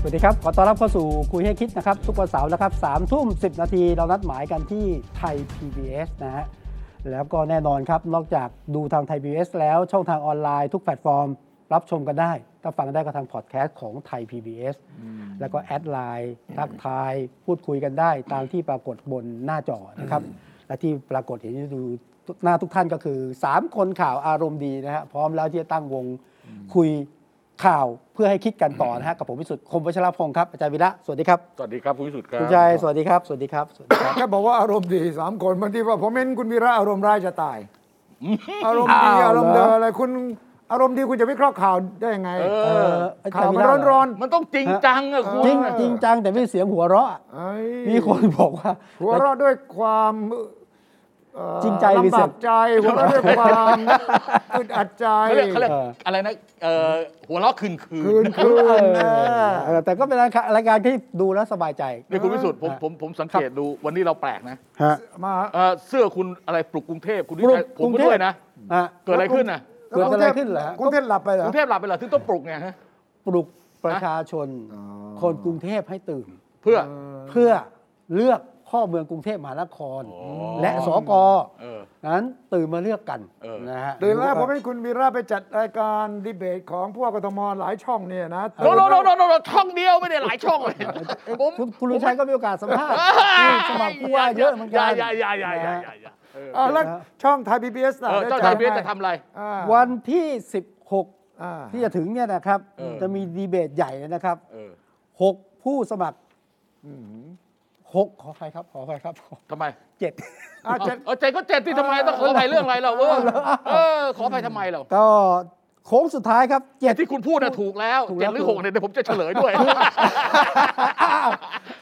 สวัสดีครับ ขอต้อนรับเข้าสู่คุยให้คิดนะครับ ทุกวันเสาร์นะครับสามทุ่มสินาทีเรานัดหมายกันที่ไทย PBS นะฮะ แล้วก็แน่นอนครับ นอกจากดูทางไทย PBS แล้วช่องทางออนไลน์ทุกแพลตฟอร์ม รับชมกันได้ ถ้าฟังได้ก็ทางพอดแคสต์ของไทย PBS แล้วก็แอดไลน์ทักทาย พูดคุยกันได้ ตามที่ปรากฏบนหน้าจอนะครับ และที่ปรากฏเห็นอยู่ดูหน้าทุกท่านก็คือ 3 คนข่าวอารมณ์ดีนะฮะพร้อมแล้วที่จะตั้งวงคุยข่าวเพื่อให้คิดกันต่อนะฮะกับผมวิสุทธิ์คมวัชรพงศ์ครับอาจารย์วิระสวัสดีครับ สวัสดีครับคุณวิสุทธิ์ครับ คุณชายสวัสดีครับสวัสดีครับสวัสดีครับ แค่บอกว่าอารมณ์ดีสามคนบางทีว่าผมเห็นคุณวีระอารมณ์ร้ายจะ ตาย อารมณ์ดี อ้าวเหรอ อารมณ์เดินอะไรคุณอารมณ์ดีคุณจะวิเคราะห์ข่าวได้ยังไง เอออจ ข่าว ย์ มั วิะ นร้อนร้อน มันต้องจริงจังอะคุณ จริงจริงจังแต่ไม่เสียงหัวเราะอะ ๆเอ้ย มีคนบอกว่า หัวเราะด้วยความเอ่อ จริงใจหรือ ลำ เสี บาย ก ง ใจหัวเราะด้วย ความอึดอัดใจ เขาเรียกเขาเรียก เออ อะไรนะเอ่อหัวเราะคืนคื คื น นคืน เออเออแต่ก็เป็นรายการรายการที่ดูแล้วสบายใจ นี่คุณวิสุทธิ์ผมผมผมสังเกตดูวันนี้เราแปลกนะ มา เอ่อเสื้อคุณอะไรปลุกกรุงเทพคุณวิ ปลุก ชัยผม กรุ ก็ งเทพ ด้วยนะ อ่ะ เกิดอะไรขึ้นนะ เกิดอะไรขึ้นเหรอฮะ กรุงเทพหลับไปเหร ก อ รุงเทพหลับไปเหรอถึงต้องปลุกไงฮะ ปลุกประชาชน คนกรุงเทพให้ตื่น เพื่อ เพื่อเลือกพ่อเมืองกรุงเทพมหานคร อ๋อ และสก เออ นั้นตื่นมาเลือกกัน เออ นะฮะ ตื่นแล้วผมให้คุณวีระไปจัดรายการดีเบตของพวกกทมหลายช่องเนี่ยนะ โนโนโนโนโนโนช่องเดียวไม่ได้หลายช่องเลยผม คุณคุณลุงชัยก็มีโอกาสสัมภาษณ์สมัครผู้ว่าเยอะเหมือนกัน อย่าอย่าอย่าอย่าอย่าอย่าเออ อ่าแล้วช่องไทยพีบีเอส เออเจ้าชายเบสจะทำอะไร วันที่ 16 อ่า ที่จะถึงเนี่ยนะครับ เออ จะมีดีเบตใหญ่นะครับ เออ 6 ผู้สมัครหกขออภัยครับขออภัยครับ ทำไม เจ็ด อ่าเจ็ด เออใจก็เจ็ดที่ทำไมต้องขออภัยเรื่องอะไรเราเออเออขออภัยทำไมเรา ก็โค้งสุดท้ายครับเจ็ด ที่คุณพูดนะถูกแล้ว ถูกแล้ เจ็ด ว หรือหกเนี่ยเดี๋ยวผมจะเฉลยด้วย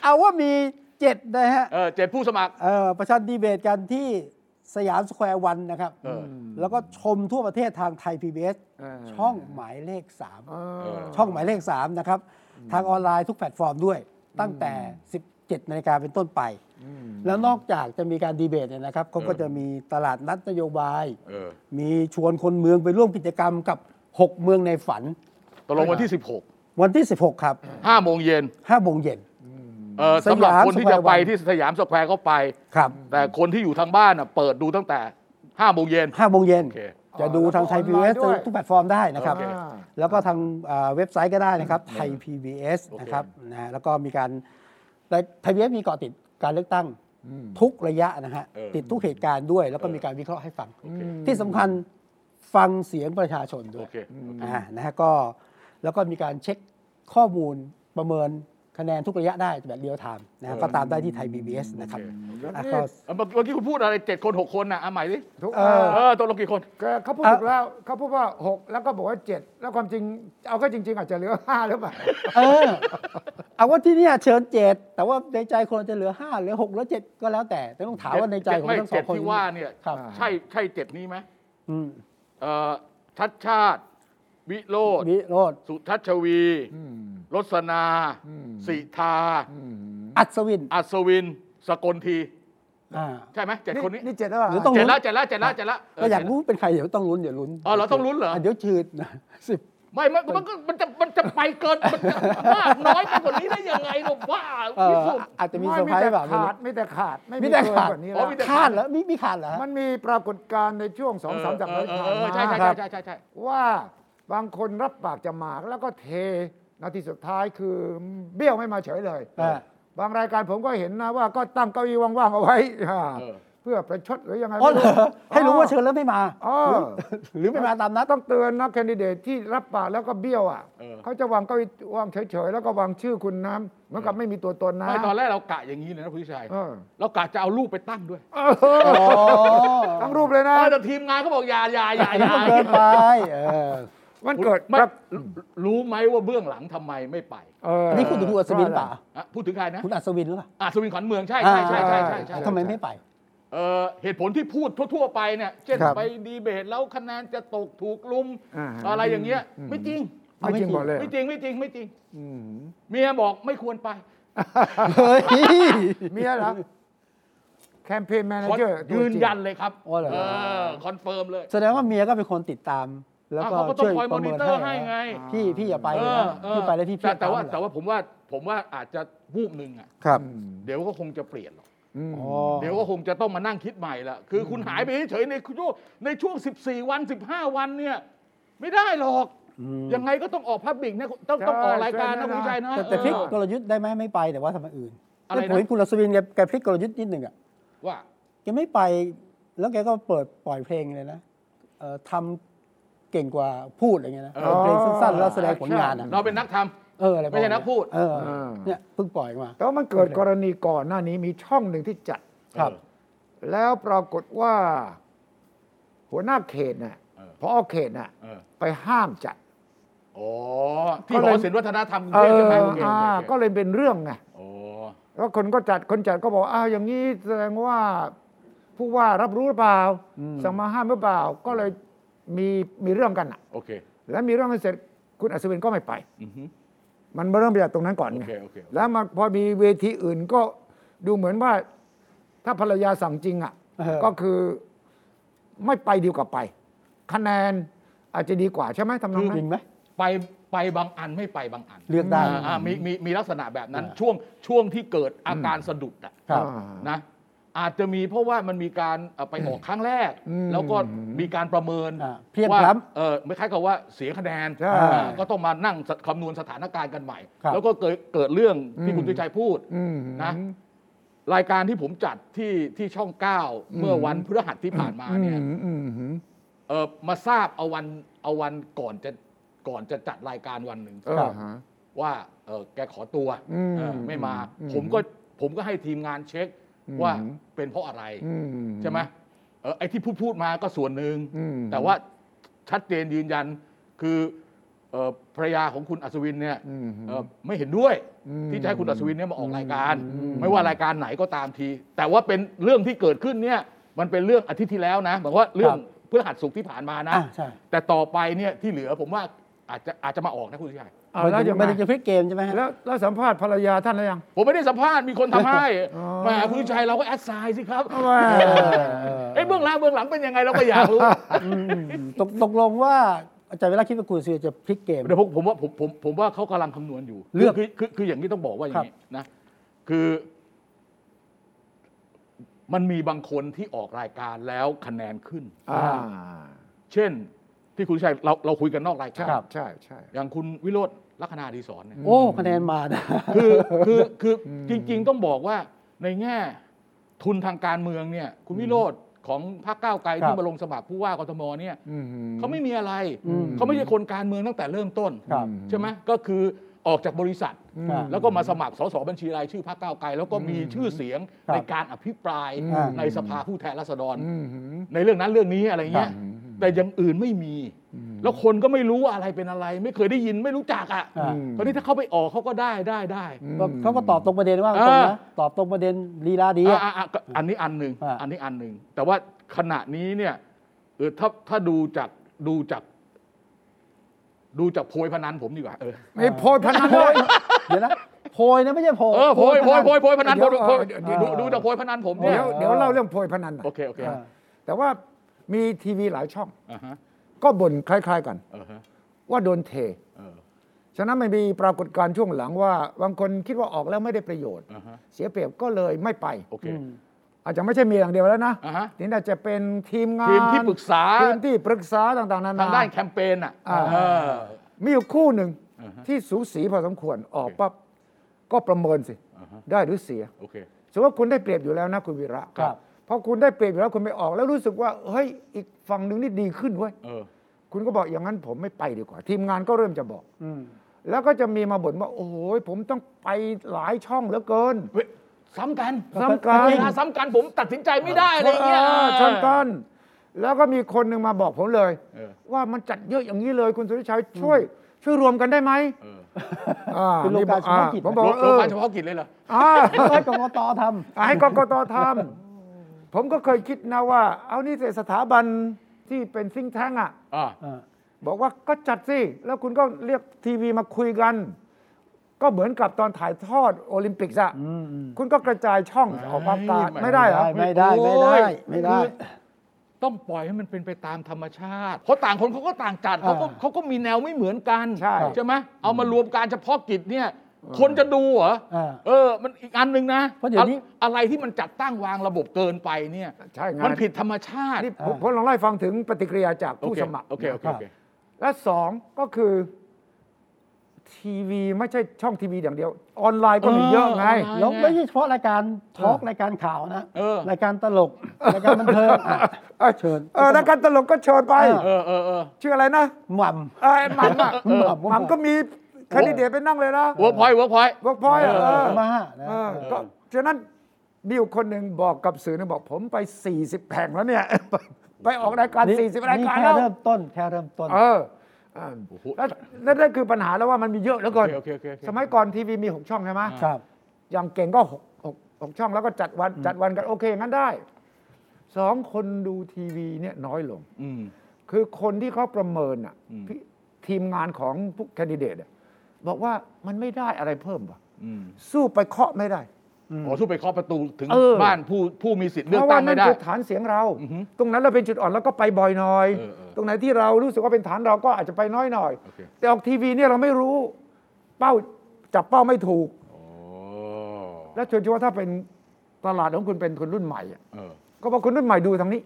เอาว่ามีเจ็ดนะฮะ เออเจ็ดผู้สมัคร เอ่อประชันดีเบตกันที่สยามสแควร์วันนะครับ เออ แล้วก็ชมทั่วประเทศทางไทย PBS เออ ช่องหมายเลข อ่า เออ 3 ช่องหมายเลข 3 นะครับ ทางออนไลน์ทุกแพลตฟอร์มด้วย ตั้งแต่ 17นาฬิกาเป็นต้นไป แล้วนอกจากจะมีการดีเบตเนี่ยนะครับเขาก็จะมีตลาดนัดนโยบาย เออ มีชวนคนเมืองไปร่วมกิจกรรมกับ 6 เมืองในฝัน ตกลงวันที่ 16 วันที่ 16 ครับ 5โมงเย็น 5โมงเย็น เออสำหรับ สยาม คนที่จะไป สแควร์วัน ที่สยามสแควร์ก็ไป ครับ แต่คนที่อยู่ทางบ้านน่ะเปิดดูตั้งแต่5โมงเย็น 5โมงเย็น โอเค จะดูทางไทย PBS ด้วย ทุกแพลตฟอร์มได้นะครับ โอเค แล้วก็ทางเอ่อเว็บไซต์ก็ได้นะครับไทย PBS โอเค นะครับนะฮะแล้วก็มีการไทย PBS มีเกาะติดการเลือกตั้งทุกระยะนะฮะ เออ ติดทุกเหตุการณ์ด้วย แล้วก็มีการวิเคราะห์ให้ฟัง ที่สำคัญฟังเสียงประชาชนด้ว โอย เคโอเค อ่านะฮะก็แล้วก็มีการเช็คข้อมูลประเมินคะแนนทุกระยะได้แบบเรียลไทม์นะฮะ เออ ก็ตามได้ที่ไทย PBS นะครับ โอ แล้ว อ่ะ นี่ ก็ เออเมื่อกี้คุณพูดอะไร 7 คน 6 คนนะเอาใหม่ดิ ถูก เออ เออตกลงกี่คน แกเขาพูดถูกแล้วเขาพูดว่าหกแล้วก็บอกว่าเจ็ดแล้วความจริงเอาก็จริง ๆ อาจจะเหลือห้าหรือเปล่า เออเอาว่าที่เนี่ยเชิญเจ็ดแต่ว่าในใจคนจะเหลือห้าเหลือหกเหลือเจ็ดก็แล้วแต่แต่ต้องถามว่าในใจของ ไม่ ทั้งส เจ็ อ ด งคน ที่ว่าเนี่ย ครับ ใช่ใช่เจ็ดนี้ไหม อืม เออชัดชาติ วิโรธ วิโรด สุทัชวี อืม รสนา อืม สิทา อืม อัศวิน อัศวิน สกลที อ่า ใช่ไหมเจ็ดคนนี้ นี่เจ็ดแล้วเหร หรือ อ ต้อง เจ็ดละเจ็ดละเจ็ดละเจ็ดละเ ก็อยากรู้เป็นใครเดี๋ยวต้องลุ้นเดี๋ยวลุ้น อ๋อเหรอต้องลุ้นเหรอ ะเดี๋ยวชืดนะ สิบ ไม่ไม่มันก็มันจะมันจะไปเกินมันจะมากน้อยไปกว่านี้ได้ยังไงเราบ้า เอ่อ ที่สุด อาจจะมี ไม่ เซอร์ไพร แต่ ส์แบบ ขาดไม่แต่ขาดไม่ มี มี แต่ เกิน ขาด กว่านี้ อ๋อ แล้ว มีแต่ ขาดเหรอมีมีขาดเหรอฮะ มันมีปรากฏการณ์ในช่วงสองสามสัปดาห์ที่ผ่านมา ใช่ใช่ ครับ ใช่ใช่ใช่ใช่ ว่าบางคนรับปากจะมาแล้วก็เทนาทีสุดท้ายคือเบี้ยวไม่มาเฉยเลย อ่า บางรายการผมก็เห็นนะว่าก็ตั้งเก้าอี้ว่างๆเอาไว้อ่า เออ เพื่อประชดหรือยังไง อ๋อเหรอให้รู้ว่าเชิ อ ญแล้วไม่มา อ๋อ หรือหรือไม่มาตามนัด ต้องเตือนนะแคนดิเดตที่รับปากแล้วก็เบี้ยวอ่ะเขาจะวางเก้าอี้วางเฉยๆแล้วก็วางชื่อคุณนะเหมือนกับไม่มีตัวตนนะ ไม่ตอนแรกเรากะอย่างนี้เลยนะคุณวิชัย เออ เรากะจะเอารูปไปตั้งด้วย ทั้งรูปเลยนะ เออแต่ทีมงานเขาบอกอย่าอย่าอย่าอย่า เกินไปเออ มันเกิด ไม่ ครับ รู้รู้ไหมว่าเบื้องหลังทำไมไม่ไป เออ อั อั นนี้พูดถึงคุณอัศวินเปล่า อ่ะพูดถึงใครนะ คุณอัศวินหรือเปล่า อ่ะสวินขวัญเมืองใช่ใช่ใช่ใช่ใช่ใช่ อ่าทำไมไม่ไป เอ่อเหตุผลที่พูดทั่วๆไปเนี่ยเช่น ครับ ไปดีเบตแล้วคะแนนจะตกถูกลุม อ่า อะไรอย่างเงี้ยไม่จริง ไม่จริงก่อนเลย ไม่จริงไม่จริงไม่จริง อืม เมียบอกไม่ควรไป เฮ้ย เมียเหรอแคมเปญแมเน คอน เจอร์ ยืนยันเลยครับ อ๋อเหรอ เออคอนเฟิร์มเลย แสดงว่าเมียก็เป็นคนติดตาม แล้ว อ่ะ ก็ เขาก็ต้อ ช่ ง วย คอย ป มอ ระ นิ เมิน เตอร์ให้ไง พี่พี่อย่าไป เอ เลย อ นะ เออ พี่ไปแล้วพี่เพี้ย แต่แต่ว่า ตมเหรอ แต่ว่าผมว่าผมว่าอาจจะวูบหนึ่งอ่ะ ครับ เดี๋ยวก็คงจะเปลี่ยนหรอก อ๋อ เดี๋ยวก็คงจะต้องมานั่งคิดใหม่ละคือคุณหายไปเฉยๆในช่วงในช่วง 14 วัน 15 วันเนี่ย ไม่ได้หรอก อืม ยังไงก็ต้องออกพับบิกนะต้องต้องออกรายการนะ ใช่ คุณชัยนะ แต่แต่พลิก เออ กลยุทธ์ได้ไหมไม่ไปแต่ว่าทำอย่างอื่น อะไรนะ แต่ผมเห็นคุณอัศวินแกแกพลิกกลยุทธ์นิดหนึ่งอ่ะ ว่า แกไม่ไปแล้วแกก็เปิดปล่อยเพลงเลยนะเอ่อทำเก่งกว่าพูดอะไรเงี้ยนะ เออ เปิดเพลงสั้นๆแล้วแสดงผลงานอะ เราเป็นนักท เอออะไรประาณ ไม่ใช่นักพูด เออ เออ เนี่ยเพิ่งปล่อยมา แต่ว่ามันเกิดกรณีก่อนหน้านี้มีช่องหนึ่งที่จัด ำ ครับ เออ แล้วปรากฏว่า หัวหน้าเขตน่ะ เออ พออเขตน่ะ เออ ไปห้ามจัด อ๋อที่หอศิลปวัฒนธรรมกรุง เอ เทพใช่ อ ไหมโอเคโอ อ่า เค ก็เลยเป็นเรื่องไง โอ้ แล้วคนก็จัดคนจัดก็บอกอ้าวอย่างนี้แสดงว่า ผู้ว่ารับรู้หรือเปล่าสั่งมาห้ามหรือเปล่า ก็เลยมีมีเรื่องกันน่ะ โอเค แล้วมีเรื่องกันเสร็จคุณอัศวินก็ไม่ไป อือฮึ มันเริ่มจากตรงนั้นก่อนไง โอเคโอเค แล้วมาพอมีเวทีอื่นก็ดูเหมือนว่า ถ้าภรรยาสั่งจริงอ่ะ เออ ก็คือไม่ไปดีกว่าไป คะแนนอาจจะดีกว่าใช่ไหมทำนองนั้ จริ น งไหม ไปไปบางอันไม่ไปบางอัน เลือกได้ อ่าอ่ามีมีมีลักษณะแบบนั้นช่วงช่วงที่เกิดอาการสะดุดอ่ะ ครับ อ่า นะ อาจจะมีเพราะว่ามันมีการเอ่อไปออกครั้งแรก อืม แล้วก็มีการประเมิน อ่าเพลียง ว่า พล้ำ เออไม่คล้ายกับว่าเสียคะแนน ใช่ อ่าก็ต้องมานั่งคำนวณสถานการณ์กันใหม่ ครับ แล้วก็เกิดเกิดเรื่องที่ อืม คุณตุ้ยชัยพูด อืม นะ รายการที่ผมจัดที่ที่ช่อง 9 เมื่อวันพฤหัสที่ผ่านมาเนี่ย อืมอืมอืม เออมาทราบเอาวันเอาวันก่อนจะก่อนจะจัดรายการวันหนึ่ง เออ ครับ ฮะ ว่าเออแกขอตัว อืม เออไม่มา อืม ผมก็ผมก็ให้ทีมงานเช็ค อืม ว่าเป็นเพราะอะไร อื ใช่ไหมเออไอ้ที่พูดพูดมาก็ส่วนหนึ่ง อืม แต่ว่าชัดเจนยืนยันคือเอ่อภรรยาของคุณอัศวินเนี่ย อืม เอ่อไม่เห็นด้วย อืม ที่จะให้คุณอัศวินเนี่ยมาออกรายการ ไม่ว่ารายการไหนก็ตามที แต่ว่าเป็นเรื่องที่เกิดขึ้นเนี่ยมันเป็นเรื่องอาทิตย์ที่แล้วนะหมายความว่าเรื่องพฤหัสสุกร์ที่ผ่านมานะ อ่าใช่ แต่ต่อไปเนี่ยที่เหลือผมว่าอาจจะอาจจะมาออกนะคุณชัย เอา ไม่ แล้ว ได้ ยังไง ไม่ได้จะพลิกเกมใช่ไหมฮะ แล้วแล้วสัมภาษณ์ภรรยาท่านแล้วยัง ผมไม่ได้สัมภาษณ์มีคนทำให้ อ๋อ แหมคุณชัยเราก็แอดไซน์สิครับ ว่า ไอ้เบื้องหลังเบื้องหลังเป็นยังไงเราก็อยากรู้ อืมตกตกลงว่าอาจารย์เวลาคิดว่าคุณเสียจะพลิกเกม เดี๋ยวผมผมว่าผมผมผมว่าเขากำลังคำนวณอยู่ เลือก คืคือคืออย่างนี้ต้องบอกว่าอย่างนี้นะ คือ มันมีบางคนที่ออกรายการแล้วคะแนนขึ้น อ่า เช่น ที่คุณชัยเราเราคุยกันนอกรายการ ใช่ ครับ ใช่ใช่ อย่างคุณวิโรธลัคนาดีสอนเนี่ย โอ้คะแนนมานะ คือคือคือจริงๆต้องบอกว่าในแง่ทุนทางการเมืองเนี่ย คุณวิโรธของพรรคก้าวไกล ครับ ที่มาลงสมัครผู้ว่ากทมเนี่ยเขาไม่มีอะไรเขาไม่ใช่คนการเมืองตั้งแต่เริ่มต้น ครับ ใช่ไหมก็คือออกจากบริษัท ครับ แล้วก็มาสมัครสสบัญชีรายชื่อพรรคก้าวไกล แล้วก็มีชื่อเสียง ครับ ในการอภิปราย อ่า ในสภาผู้แทนราษฎร ในเรื่องนั้นเรื่องนี้อะไรเงี้ยแต่อย่างอื่นไม่มี แล้วคนก็ไม่รู้ว่าอะไรเป็นอะไร ไม่เคยได้ยินไม่รู้จักอ่ะ อ่า คราวนี้ถ้าเขาไปออกเขาก็ได้ได้ได้ ก็เขาก็ตอบตรงประเด็นว่าตรงนะตอบตรงประเด็นลีลาดีอะ อ่ะอ่ะอ่ะก็อันนี้อันหนึ่ง อ่ะ อันนี้อันหนึ่งแต่ว่าขณะนี้เนี่ยเออถ้าถ้าดูจากดูจากดูจากโพยพนันผมดีกว่าเออ ไม่โพยพนันเลย เดี๋ยวนะโพยนะไม่ใช่โพย เออโพยโพยโพยโพยพนันผม เดี๋ยว โพย เดี๋ยว ดู เดี๋ยว ดูดูจากโพยพนันผมเนี่ย เดี๋ยวเดี๋ยวเล่าเรื่องโพยพนันหน่อย โอเคโอเค อ่า แต่ว่ามีทีวีหลายช่อง อ่าฮะ ก็บ่นคล้าย ๆ กัน เออฮะ ว่าโดนเท เออ ฉะนั้นมันมีปรากฏการณ์ช่วงหลังว่าบางคนคิดว่าออกแล้วไม่ได้ประโยชน์ อ่าฮะ เสียเปรียบก็เลยไม่ไป โอเค อืม อาจจะไม่ใช่เมียอย่างเดียวแล้วนะ อ่าฮะ นี่น่าจะเป็นทีมงาน ทีมที่ปรึกษา ทีมที่ปรึกษาต่างๆนา ทาง นา ด้านแคมเปญอ่ะ อ่า เออ มีอยู่คู่หนึ่ง อ่าฮะ ที่สูสีพอสมควรออก โอเค ปั๊บก็ประเมินสิ อ่าฮะ ได้หรือเสีย โอเค สมมติว่าคุณได้เปรียบอยู่แล้วนะคุณวีระ ครับ พอคุณได้เปรียบอยู่แล้วคุณไปออกแล้วรู้สึกว่าเฮ้ยอีกฝั่งหนึ่งนี่ดีขึ้นเว้ย เออ คุณก็บอกอย่างนั้นผมไม่ไปดีกว่า ทีมงานก็เริ่มจะบอก อืม แล้วก็จะมีมาบ่นว่า โอ้โหผมต้องไปหลายช่องเหลือเกิน เว้ยซ้ำกัน ซ้ำกัน เวลาซ้ำกันผมตัดสินใจไม่ได้อะไรอย่างเงี้ย ออชนกันแล้วก็มีคนหนึ่งมาบอกผมเลย เออ ว่ามันจัดเยอะอย่างนี้เลยคุณสุริชัยช่วย ช่วยรวมกันได้ไหม เออ อ่า เป็นโรงการเฉพาะกิจ ผมบอกว่าเอ โรงพาอยบาลเฉพาะกิจเลยเหรอ อ่า ให้กกตท อ่ะให้กกตทำ ผมก็เคยคิดนะว่า เอานี่สิสถาบันที่เป็นซิงแท้งอ่ะ อ่า ำอ่า บอกว่าก็จัดสิ แล้วคุณก็เรียกทีวีมาคุยกัน ก็เหมือนกับตอนถ่ายทอดโอลิมปิกส์อะ อืมอืม คุณก็กระจายช่องออกมาตา ไม่ ไม่ได้เหรอ ไม่ได้ไม่ได้ไม่ได้ คือต้องปล่อยให้มันเป็นไปตามธรรมชาติ เพราะต่างคนเขาก็ต่างจัดเขาก็ อ่า เขาก็มีแนวไม่เหมือนกัน ใช่ ไหมเอามารวมการเฉพาะกิจเนี่ย คนจะดูเหรออา เออ มันอีกอันหนึ่งนะ เพราะเดี๋ยวนี้ ออะไรที่มันจัดตั้งวางระบบเกินไปเนี่ย ใช่ไง มันผิดธรรมชาติ นี่ผมผมลองไล่ฟังถึงปฏิกิริยาจาก โอ ผู้ เค สมัคร โอเคโอเคโอเค และสองก็คือทีวีไม่ใช่ช่องทีวีอย่างเดียว ออนไลน์ก็มีเยอะไง เออ แล้วไม่ใช่เฉพาะรายการทอล์กรายการข่าวนะ เออ รายการตลก รายการบันเทิงอ่ะ เอ้ย เชิญ เออแล้วการตลกก็เชิญไป เอ เออเออเออ ชื่ออะไรนะ หม่ เออหมันอะ เออหม่ำก็ หมันก็มีแคนดิเดตไปนั่งเลยนะ วิร์กพอยต์เวิร์กพอยต์ บอกพ ำ ลอยเอ เออ อ มานะ เออก็ฉะนั้นมีอยู่คนหนึ่งบอกกับสื่อนะบอกผมไป 40แผงแล้วเนี่ย ไปออกรายการ นี่ 40 รายการ นี่ แล้ว แค่เริ่มต้นแค่เริ่มต้น เอออ่า โอ้โห แล้วแล้วนั่นคือปัญหาแล้วว่ามันมีเยอะแล้วก่อน โอเคโอเคโอเค สมัยก่อนทีวีมี 6 ช่องใช่ไหม ครับ อย่างเก่งก็หกหกหกช่องแล้วก็จัดวันจัดวันกันโอเคงั้นได้สองคนดูทีวีเนี่ยน้อยลง อืม คือคนที่เขาประเมินอ่ะ อืม พี่ทีมงานของผู้แคนดิเดตอะบอกว่ามันไม่ได้อะไรเพิ่มวะ อืม สู้ไปเคาะไม่ได้ อ๋อสู้ไปเคาะประตูถึง เออ บ้านผู้ผู้มีสิทธิ์ เพ เลือก ราะ ตั้ ว่าง นั่ ไม่ น ได้ คือฐานเสียงเรา อือฮึ ตรงนั้นเราเป็นจุดอ่อนแล้วก็ไปบ่อยหน่อย เออเออ ตรงไหนที่เรารู้สึกว่าเป็นฐานเราก็อาจจะไปน้อยหน่อย โอเค แต่ออกทีวีเนี่ยเราไม่รู้ เป้าจับเป้าไม่ถูก โอ้ และเชื่อว่าถ้าเป็นตลาดของคุณเป็นคนรุ่นใหม่อะ เออ ก็บอกคนรุ่นใหม่ดูทางนี้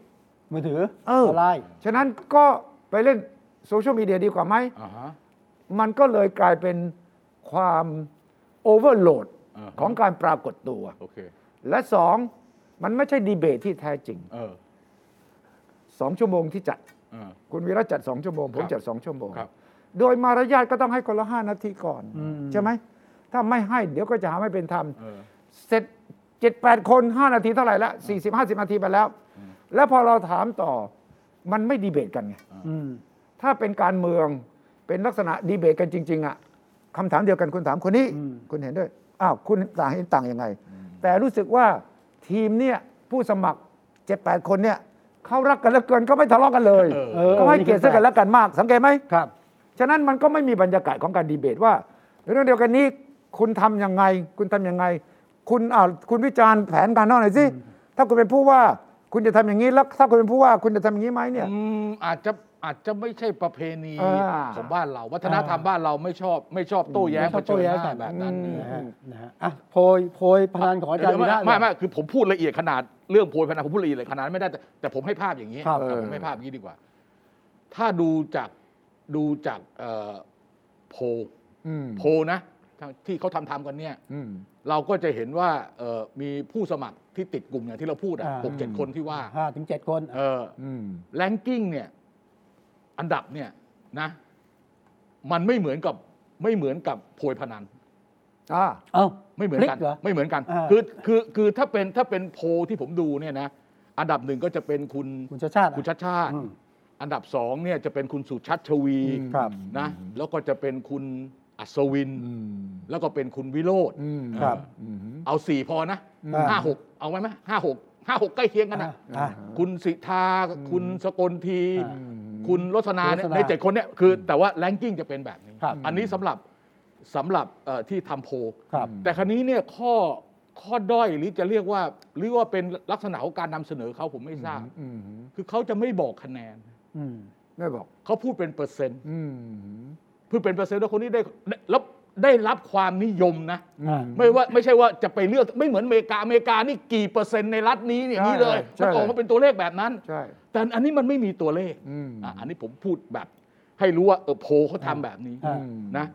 มือถือ เอ อ อ อนไลน์ ฉะนั้นก็ไปเล่นโซเชียลมีเดียดีกว่าไหม อ่าฮะ มันก็เลยกลายเป็นความโอเวอร์โหลด อ่าฮะ ของการปรากฏตัว โอเค และสองมันไม่ใช่ดีเบตที่แท้จริง เออ สองชั่วโมงที่จัด เออ คุณวีระจัดสองชั่วโมง ผม ครับ จัดสองชั่วโมง ครับ โดยมารยาทก็ต้องให้คนละห้านาทีก่อน อืม ใช่ไหม ถ้าไม่ให้เดี๋ยวก็จะหาไม่เป็นธรรม เออ เสร็จเจ็ดแปดคนห้านาทีเท่าไหร่ละสี่สิบห้าสิบนาทีไปแล้ว แล้วพอเราถามต่อมันไม่ดีเบตกันไง อืม ถ้าเป็นการเมืองเป็นลักษณะดีเบตกันจริง ๆอะคำถามเดียวกันคุณถามคนนี้ อืม คุณเห็นด้วยอ้าวคุณต่างเห็นต่างยังไง แต่รู้สึกว่าทีมเนี่ยผู้สมัครเจ็ดแปดคนเนี่ยเขารักกันเหลือเกินก็ไม่ทะเลาะกันเลย เออ เออ เขาให้เกียรติซึ่งกันและกันมาก สังเกตไหม ครับ ฉะนั้นมันก็ไม่มีบรรยากาศของการดีเบตว่า เรื่องเดียวกันนี้คุณทำยังไง คุณทำยังไง คุณอ่าวคุณวิจารณ์แผนการนอกหน่อยสิถ้าคุณเป็นผู้ว่าคุณจะทำอย่างนี้แล้วถ้าคุณเป็นผู้ว่าคุณจะทำอย่างนี้ไหมเนี่ย อืมอาจจะอาจจะไม่ใช่ประเพณี อ่า ของบ้านเรา วัฒนธรรมบ้านเราไม่ชอบไม่ชอบโต้แย้ง ไม่ช เผ อบโต้ ชิญ แย้ง หน้า กัน แบบนั้น นะฮะนะฮะอ่ะโพยโพยพนันของอาจารย์วี ไม่ ระ ไม่ เลย ไม่คือผมพูดละเอียดขนาดเรื่องโพยพนันผมพูดละเอียดขนาดนั้นไม่ได้แต่แต่ผมให้ภาพอย่างนี้ ครับ เออผมให้ภาพอย่างนี้ดีกว่า ถ้าดูจากดูจากเอ่อโพล อืม โพลนะที่เขาทำทำกันเนี่ย อืม เราก็จะเห็นว่าเอ่อมีผู้สมัครที่ติดกลุ่มอย่างที่เราพูดอ่ะ อ่า หกเจ็ดคนที่ว่า ห้าถึงเจ็ดคน เออ อืม แลนกิ้งเนี่ยอันดับเนี่ยนะมันไม่เหมือนกับไม่เหมือนกับโพยพนัน อ่า เอ้า ไม่เหมือนกัน พลิกเหรอ ไม่เหมือนกัน อ่า คือคือคือถ้าเป็นถ้าเป็นโพลที่ผมดูเนี่ยนะอันดับหนึ่งก็จะเป็นคุณ คุณชาติชาติ คุณชัดชาติ อืม อันดับสองเนี่ยจะเป็นคุณสุชัชวี อืม ครับ นะแล้วก็จะเป็นคุณอัศวิน อืม แล้วก็เป็นคุณวิโรธ อืม ครับ อืม เอาสี่พอนะ อ่า ห้าหกเอาไว้ไหมห้าหกห้าหกใกล้เคียงกัน อ่ะ นะ อ่ะ คุณสิทธาคุณสกลที อ่า คุณรสนาเนี่ย รสนา ในเจ็ดคนเนี่ยคือแต่ว่าแรงกิ้งจะเป็นแบบนี้ ครับ อันนี้สำหรับสำหรับเอ่อที่ทำโพล ครับ แต่ครั้นี้เนี่ยข้อข้อด้อยหรือจะเรียกว่า หรือว่าเป็นลักษณะของการนำเสนอเขาผมไม่ทราบ อืม คือเขาจะไม่บอกคะแนน อืม ไม่บอก เขาพูดเป็นเปอร์เซ็นต์ อืม พูดเป็นเปอร์เซ็นต์ว่าคนนี้ได้ได้รับได้รับความนิยมนะ อ่า ไม่ว่าไม่ใช่ว่าจะไปเลือกไม่เหมือนอเมริกาอเมริกานี่กี่เปอร์เซ็นต์ในรัฐนี้เนี่ยอย่างนี้เลย ใช่ มันออก ใช่ มาเป็นตัวเลขแบบนั้น ใช่ แต่อันนี้มันไม่มีตัวเลข อืม อ่ะอันนี้ผมพูดแบบ ให้รู้ว่าเออโพลเขาทำแบบนี้ อ่า นะ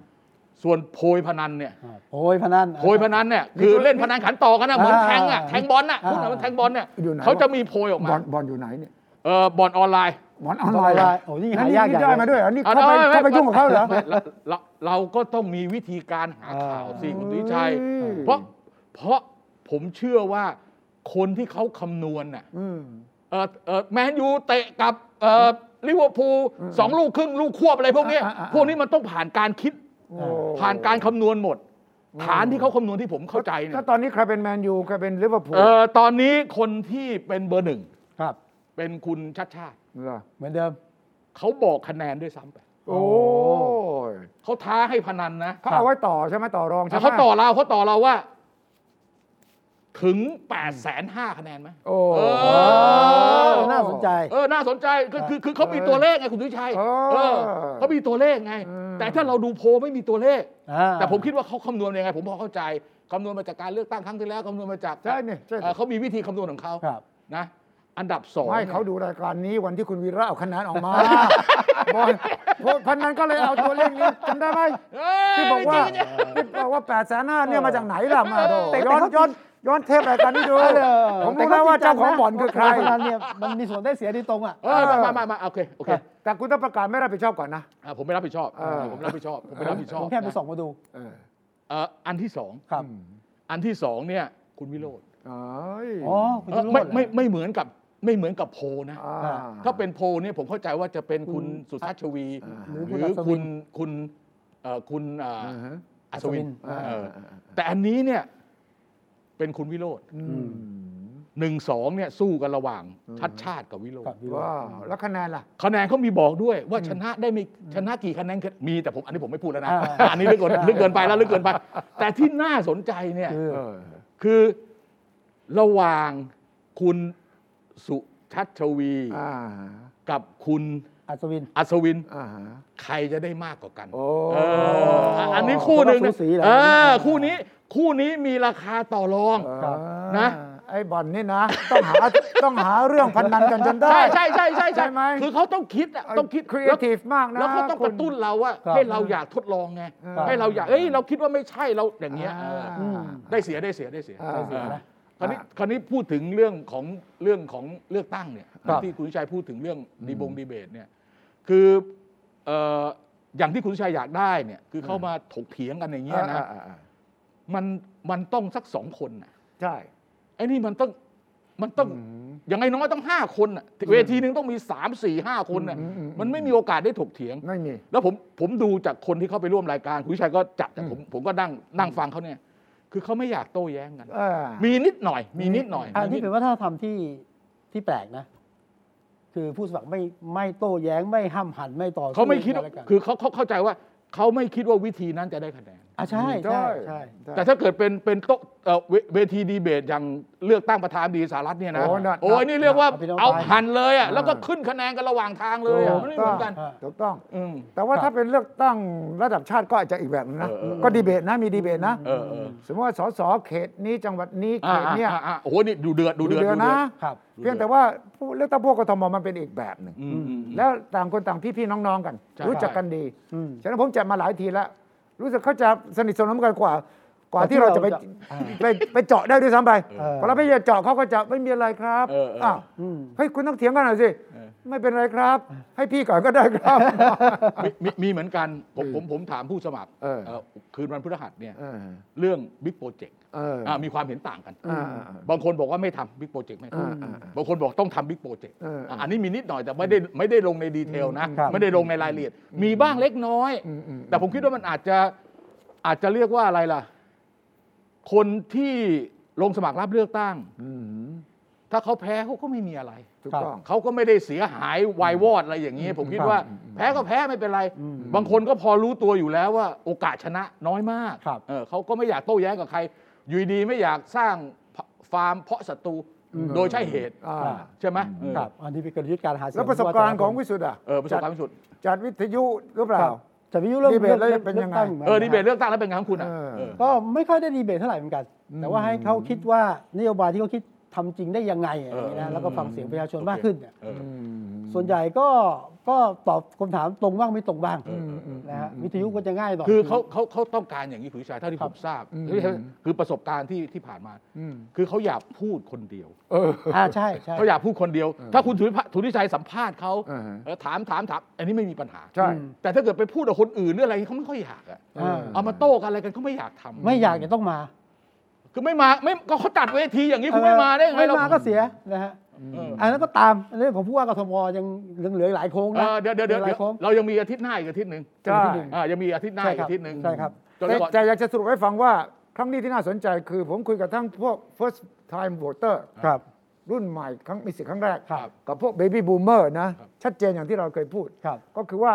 ส่วนโพยพนันเนี่ย อ่ะโพยพนัน โพยพนันเนี่ยคือเล่นพนันขันต่อกันนะเหมือน อ่า แทงอ่ะแทงบอลน่ะ อ่า พูดเหมือนแทงบอลเนี่ย อยู่ไหน เขาจะมีโพยออก บ มา อลบอลอยู่ไหนเนี่ย เออบอลออนไลน์ บอลออนไลน์ บอลออนไลน์โอ้นี่หายาก นี่ ใหญ่ ได้มาด้วยเหรอนี่ อ่ะ เข้าม่ม่ไปเข้าไปยุ่งกับเขาเหรอ ไม่เราเราเราก็ต้องมีวิธีการหา อ่า ข่าวสิคุณตุ้ยชัย อืม เพราะเพราะผมเชื่อว่าคนที่เขาคำนวณน่ะ อืม เออเออแมนยูเตะกับเออ ลิเวอร์พูลสองลูกครึ่งลูกควบอะไรพวกเนี้ย อ่าอ่าอ่า พวกนี้มันต้องผ่านการคิด โอ้ ผ่านการคำนวณหมด ฐานที่เขาคำนวณที่ผมเข้าใจเนี่ย แล้วตอนนี้ใครเป็นแมนยูใครเป็นลิเวอร์พูล เออตอนนี้คนที่เป็นเบอร์หนึ่ง ครับ เป็นคุณชัดชาติ เหรอ เหมือนเดิม เขาบอกคะแนนด้วยซ้ำไป โอ้ย เขาท้าให้พนันนะ เขาเอาไว้ต่อใช่ไหมต่อรองใช่ไหม เขาต่อเราเขาต่อเราว่า ถึง8ปดแสนห้าคะแนนไหม โอ้ เออ น่าสนใจ เออ น่าสนใจคือคือคือเขามีตัวเลขไงคุณดุชัย เออ เออเขามีตัวเลขไง เออ แต่ถ้าเราดูโพลไม่มีตัวเลข อ่า แต่ผมคิดว่าเขาคำนวณยังไง ผมพอเข้าใจคำนวณมาจากการเลือกตั้งครั้งที่แล้วคำนวณมาจาก ใช่นี่ใช่ เอ่อเขามีวิธีคำนวณของเขา ครับ นะอันดับสอง ไม่เขาดูรายการนี้วันที่คุณวีระเอาคะแนนออกมาบอลพวกพันนั้นก็เลยเอาตัวเลขนี้จำได้ไหม เอ้ย ที่บอกว่า จริงๆ ที่บอกว่าแปดแสนห้าเนี่ยมาจากไหนล่ะมาโด แต่แต่ ย้อน เขา ย้อนย้อนเทปรายการนี้ดูผมรู้แล้วว่าเจ้าของบ่อนคือใคร เพาะนั้นเนี่ยมันมีส่วนได้เสียที่ตรงอ่ะ เออไมามามาโอเค โอเค แต่คุณต้องประกาศไม่รับผิดชอบก่อนนะ อ่ะผมไม่รับผิดชอบ เออ ผมรับผิดชอบ ผมไม่รับผิดชอ ผ บ มแค่ไป นะ ส่องมาดู เออ เอ่ออันที่สอง ครับ อันที่สองเนี่ย คุณวิโรจน์ เอ้ย อ๋อคุณ เออ วิโร ไม่ จน์ ไม่ไม่เหมือนกับไม่เหมือนกับโพลนะ อ่า ถ้าเป็นโพลเนี่ยผมเข้าใจว่าจะเป็นคุณสุทัศน์ชวี อ่า หรือ ห คุณ รือ อัศ คุ วิ ณ น คุณเอ่อคุณเอ่อ อ่าฮะ อัศวิน อัศวิน เออ เออ แต่อันนี้เนี่ยเป็นคุณวิโรจน์ อืม หนึ่งสองเนี่ยสู้กันระหว่างชัดชาติกับวิโรจ กับ น์ วิโรจน์ ว้าวแล้วคะแนนล่ะ คะแนนเขามีบอกด้วยว่าชนะได้มีชนะกี่คะแนนมีแต่ผมอันนี้ผมไม่พูดแล้วนะ อ่า อันนี้ลึกเกินลึกเกินไปแล้วลึกเกินไป แต่ที่น่าสนใจเนี่ย คือ เออ คือระหว่างคุณสุชัชวี อ่า กับคุณ อัศวิน อัศวิน อ่าฮะ ใครจะได้มากกว่ากัน โอ้ เอออ่ะอันนี้คู่หนึ่ง ผมว่าสูสีแหละ เออคู่นี้ คู่นี้มีราคาต่อรอง ครับ นะ ไอ้บ่อนนี่นะ ต้องหา ต้องหาเรื่องพันนันกันจนได้ ใช่ใช่ใช่ใช่ ใช่ไหม คือเขาต้องคิดอ่ะต้องคิด ครีเอ แล้ว ทีฟมากนะ แล้วเขาต้องก คุณ ระตุ้นเราว่า ครับ ให้เราอยากทดลองไง เออ ให้เราอยากเอ้ยเราคิดว่าไม่ใช่เราอย่างเงี้ยเออ อ่า ได้เสียได้เสียได้เสีย อ่า เออ นะ คราวนี้ อ่า คราวนี้พูดถึงเรื่องของเรื่องของเลือกตั้งเนี่ย ครับ ที่คุณวิชัยพูดถึงเรื่องดีบงดีเบตเนี่ยคือเอ่ออย่างที่คุณวิชัยอยากได้เนี่ยคือเข้ามาถกเถียงกันอย่างเงี้ยนะ อ่าอ่าอ่า มันมันต้องสักสองคนน่ะ ใช่ ไอ้นี่มันต้องมันต้องอย่างไน้อยๆต้องห้าคนน่ะเวทีหนึ่งต้องมีสามสี่ห้าคนน่ะ อืมอืมอืม มันไม่มีโอกาสได้ถกเถียง ไม่มี แล้วผมผมดูจากคนที่เข้าไปร่วมรายการคุณวิชัยก็จัดแต่ผมผมก็นั่งนั่งฟังเขาเนี่ย คือเขาไม่อยากโต้แย้งกัน อ่า มีนิดหน่อย มีนิดหน่อย อันนี้ มี เป็นวัฒนธรรมที่ที่แปลกนะ คือผู้สมัครไม่ไม่โต้แย้งไม่ห้ามหันไม่ต่อสู้ เขาไม่คิดว่า อะรกัน คือเขาเขาเข้าใจว่าเขาไม่คิดว่าวิธีนั้นจะได้คะแนน อ่ะใช่ใช่ใช่ แต่ถ้าเกิดเป็นเป็นโต๊ะเอ่อเวเวทีดีเบตอย่างเลือกตั้งประธานดีสหรัฐเนี่ยนะ โอ้หนัก โอ้ยนี่เรียกว่า หนักเอาไป เอา เอาไป หันเลยอ่ะ อ่า แล้วก็ขึ้นคะแนนกันระหว่างทางเลยอ่ะ ถูก มันไม่เหมือนกัน อ่ะ ถูกต้อง อืม แต่ว่า ครับ ถ้าเป็นเลือกตั้งระดับชาติก็อาจจะอีกแบบนึงนะ เออเออ ก็ดีเบตนะ มีดีเบตนะ เออเออ สมมติว่าสสเขตนี้จังหวัดนี้เข อ่า ต อ่า เนี่ย อ่าอ่าโอ้โหนี่ดูเดือดดูเดือด เดื ดู อ เดือดด นะ ครับ เพียงแต่ว่าผู้เลือกตั้งพวกกทมมันเป็นอีกแบบหนึ่ง อืมอืม แล้วต่างคนต่างพี่ๆน้องๆกัน ใช่ รู้จักกันดี อืม ฉะนั้นผมจัดมาหลายทีแล้ว รู้สึกเขาจะสนิทสนมกันกว่า กว่า แต่ที่ ที่เราจะไป เราจะ ไปไปเจาะได้ด้วยซ้ำไป เออ พอเราไม่อยากเจาะเขาก็จะไม่มีอะไรครับ เออเอออ้ าว อืม เฮ้ยคุณต้องเถียงกันหน่อยสิ เออ ไม่เป็นไรครับ ให้พี่ก่อนก็ได้ครับ มีมีมีเหมือนกันผมผมผมถามผู้สมัคร เออ เอ่อคืนวันพฤหัสเนี่ย เออ เรื่องบิ๊กโปรเจกต์ เออ อ่ามีความเห็นต่างกัน อ่า บางคนบอกว่าไม่ทำบิ๊กโปรเจกต์ไม่ท อ่าอ่า ำบางคนบอกต้องทำบิ๊กโปรเจกต์ เอออ่ะ อันนี้มีนิดหน่อยแต่ไม่ได้ไม่ได้ลงในดีเทลนะ ครับ ไม่ได้ลงในรายละเอียด มีบ้างเล็กน้อย อืมอืม แต่ผมคิดว่ามันอาจจะอาจจะเรียกว่าอะไรล่ะ คนที่ลงสมัครรับเลือกตั้ง อืม ถ้าเขาแพ้เขาก็ไม่มีอะไร ถูกต้อง เขาก็ไม่ได้เสียหายวายวอดอะไรอย่างนี้ ผมคิดว่า แพ้ก็แพ้ไม่เป็นไร บางคนก็พอรู้ตัวอยู่แล้วว่า โอกาสชนะน้อยมาก ครับ เออเขาก็ไม่อยากโต้แย้งกับใคร อยู่ดีไม่อยากสร้างฟาร์มเพาะศัตรูโดยใช่เหตุ อ่า ครับ ใช่ไหมเออ ครับ อันนี้เป็นกลยุทธ์การหาเสียง แล้วประสบการณ์ของวิสุทธ์อ่ะ เออประสบความสุด จัดวิทยุหรือเป ค ล่า รับแต่วิยุเรื่อง ดีเบตแล้ว รื่อ เป็นยังไง ลือกตั้หมืน เออ กัน ดีเบตเลือกตั้งแล้วเป็นไงของคุณอ่ะ เออ เออ ก็ไม่ค่อยได้ดีเบตเท่าไหร่เหมือนกัน แต่ว่าให้เขาคิดว่านโยบายที่เขาคิดทำจริงได้ยังไงอะไรอย่างนี้นะ เออ แล้วก็ฟังเสียงประชาชนมากขึ้นเนี่ย เออ อืม ส่วนใหญ่ก็ก็ตอบคำถามตรงบ้างไม่ตรงบ้าง อืม อืม นะฮะวิทยุก็จะง่ายหน่อย คือเขาเขาเขาต้องการอย่างนี้คุณวิชัยเท่าที่ ครั ผ บ มทราบ อืม คือประสบการณ์ที่ที่ผ่านมา อืม คือเขาอยากพูดคนเดียว เออ อ่าใช่ใช่ เขาอยากพูดคนเดียว ถ้าคุณถุนิพะถุนิชัยสัมภาษณ์เขา อ่าฮะ เออถามถามถามอันนี้ไม่มีปัญหา ใช่ อืม แต่ถ้าเกิดไปพูดกับคนอื่นหรืออะไรเขาไม่ค่อยอยากอะ อ่า เอามาโต้กันอะไรกันเขาไม่อยากทำ ไม่อยากจะต้องมา คือไม่มาไม่ก็เขาจัดเวทีอย่างนี้คุณไม่มาได้ไง ไม่ เรา มาก็เสียนะฮะ เอ เออ อันนั้นก็ตามเรื่องของผู้ว่ากทมยังยังเหลืออีกหลายโค้ง เอ นะ อเดี๋ยวเดี๋ยวเดี๋ยว หลือหลายโค้ง เรายังมีอาทิตย์หน้าอีกอาทิตย์หนึ่ง ใช่ อ่ายังมีอาทิตย์หน้า ใช่ อีก ครับ อาทิตย์หนึ่ง ใช่ครับ จน แต่ กว่า แต่อยากจะสรุปให้ฟังว่าครั้งนี้ที่น่าสนใจคือ ผมคุยกับทั้งพวก first time voter ครับ รุ่นใหม่ครั้งมีสิทธิ์ครั้งแรก ครับ กับพวก baby boomer นะ ชัดเจนอย่างที่เราเคยพูด ครับ ก็คือว่า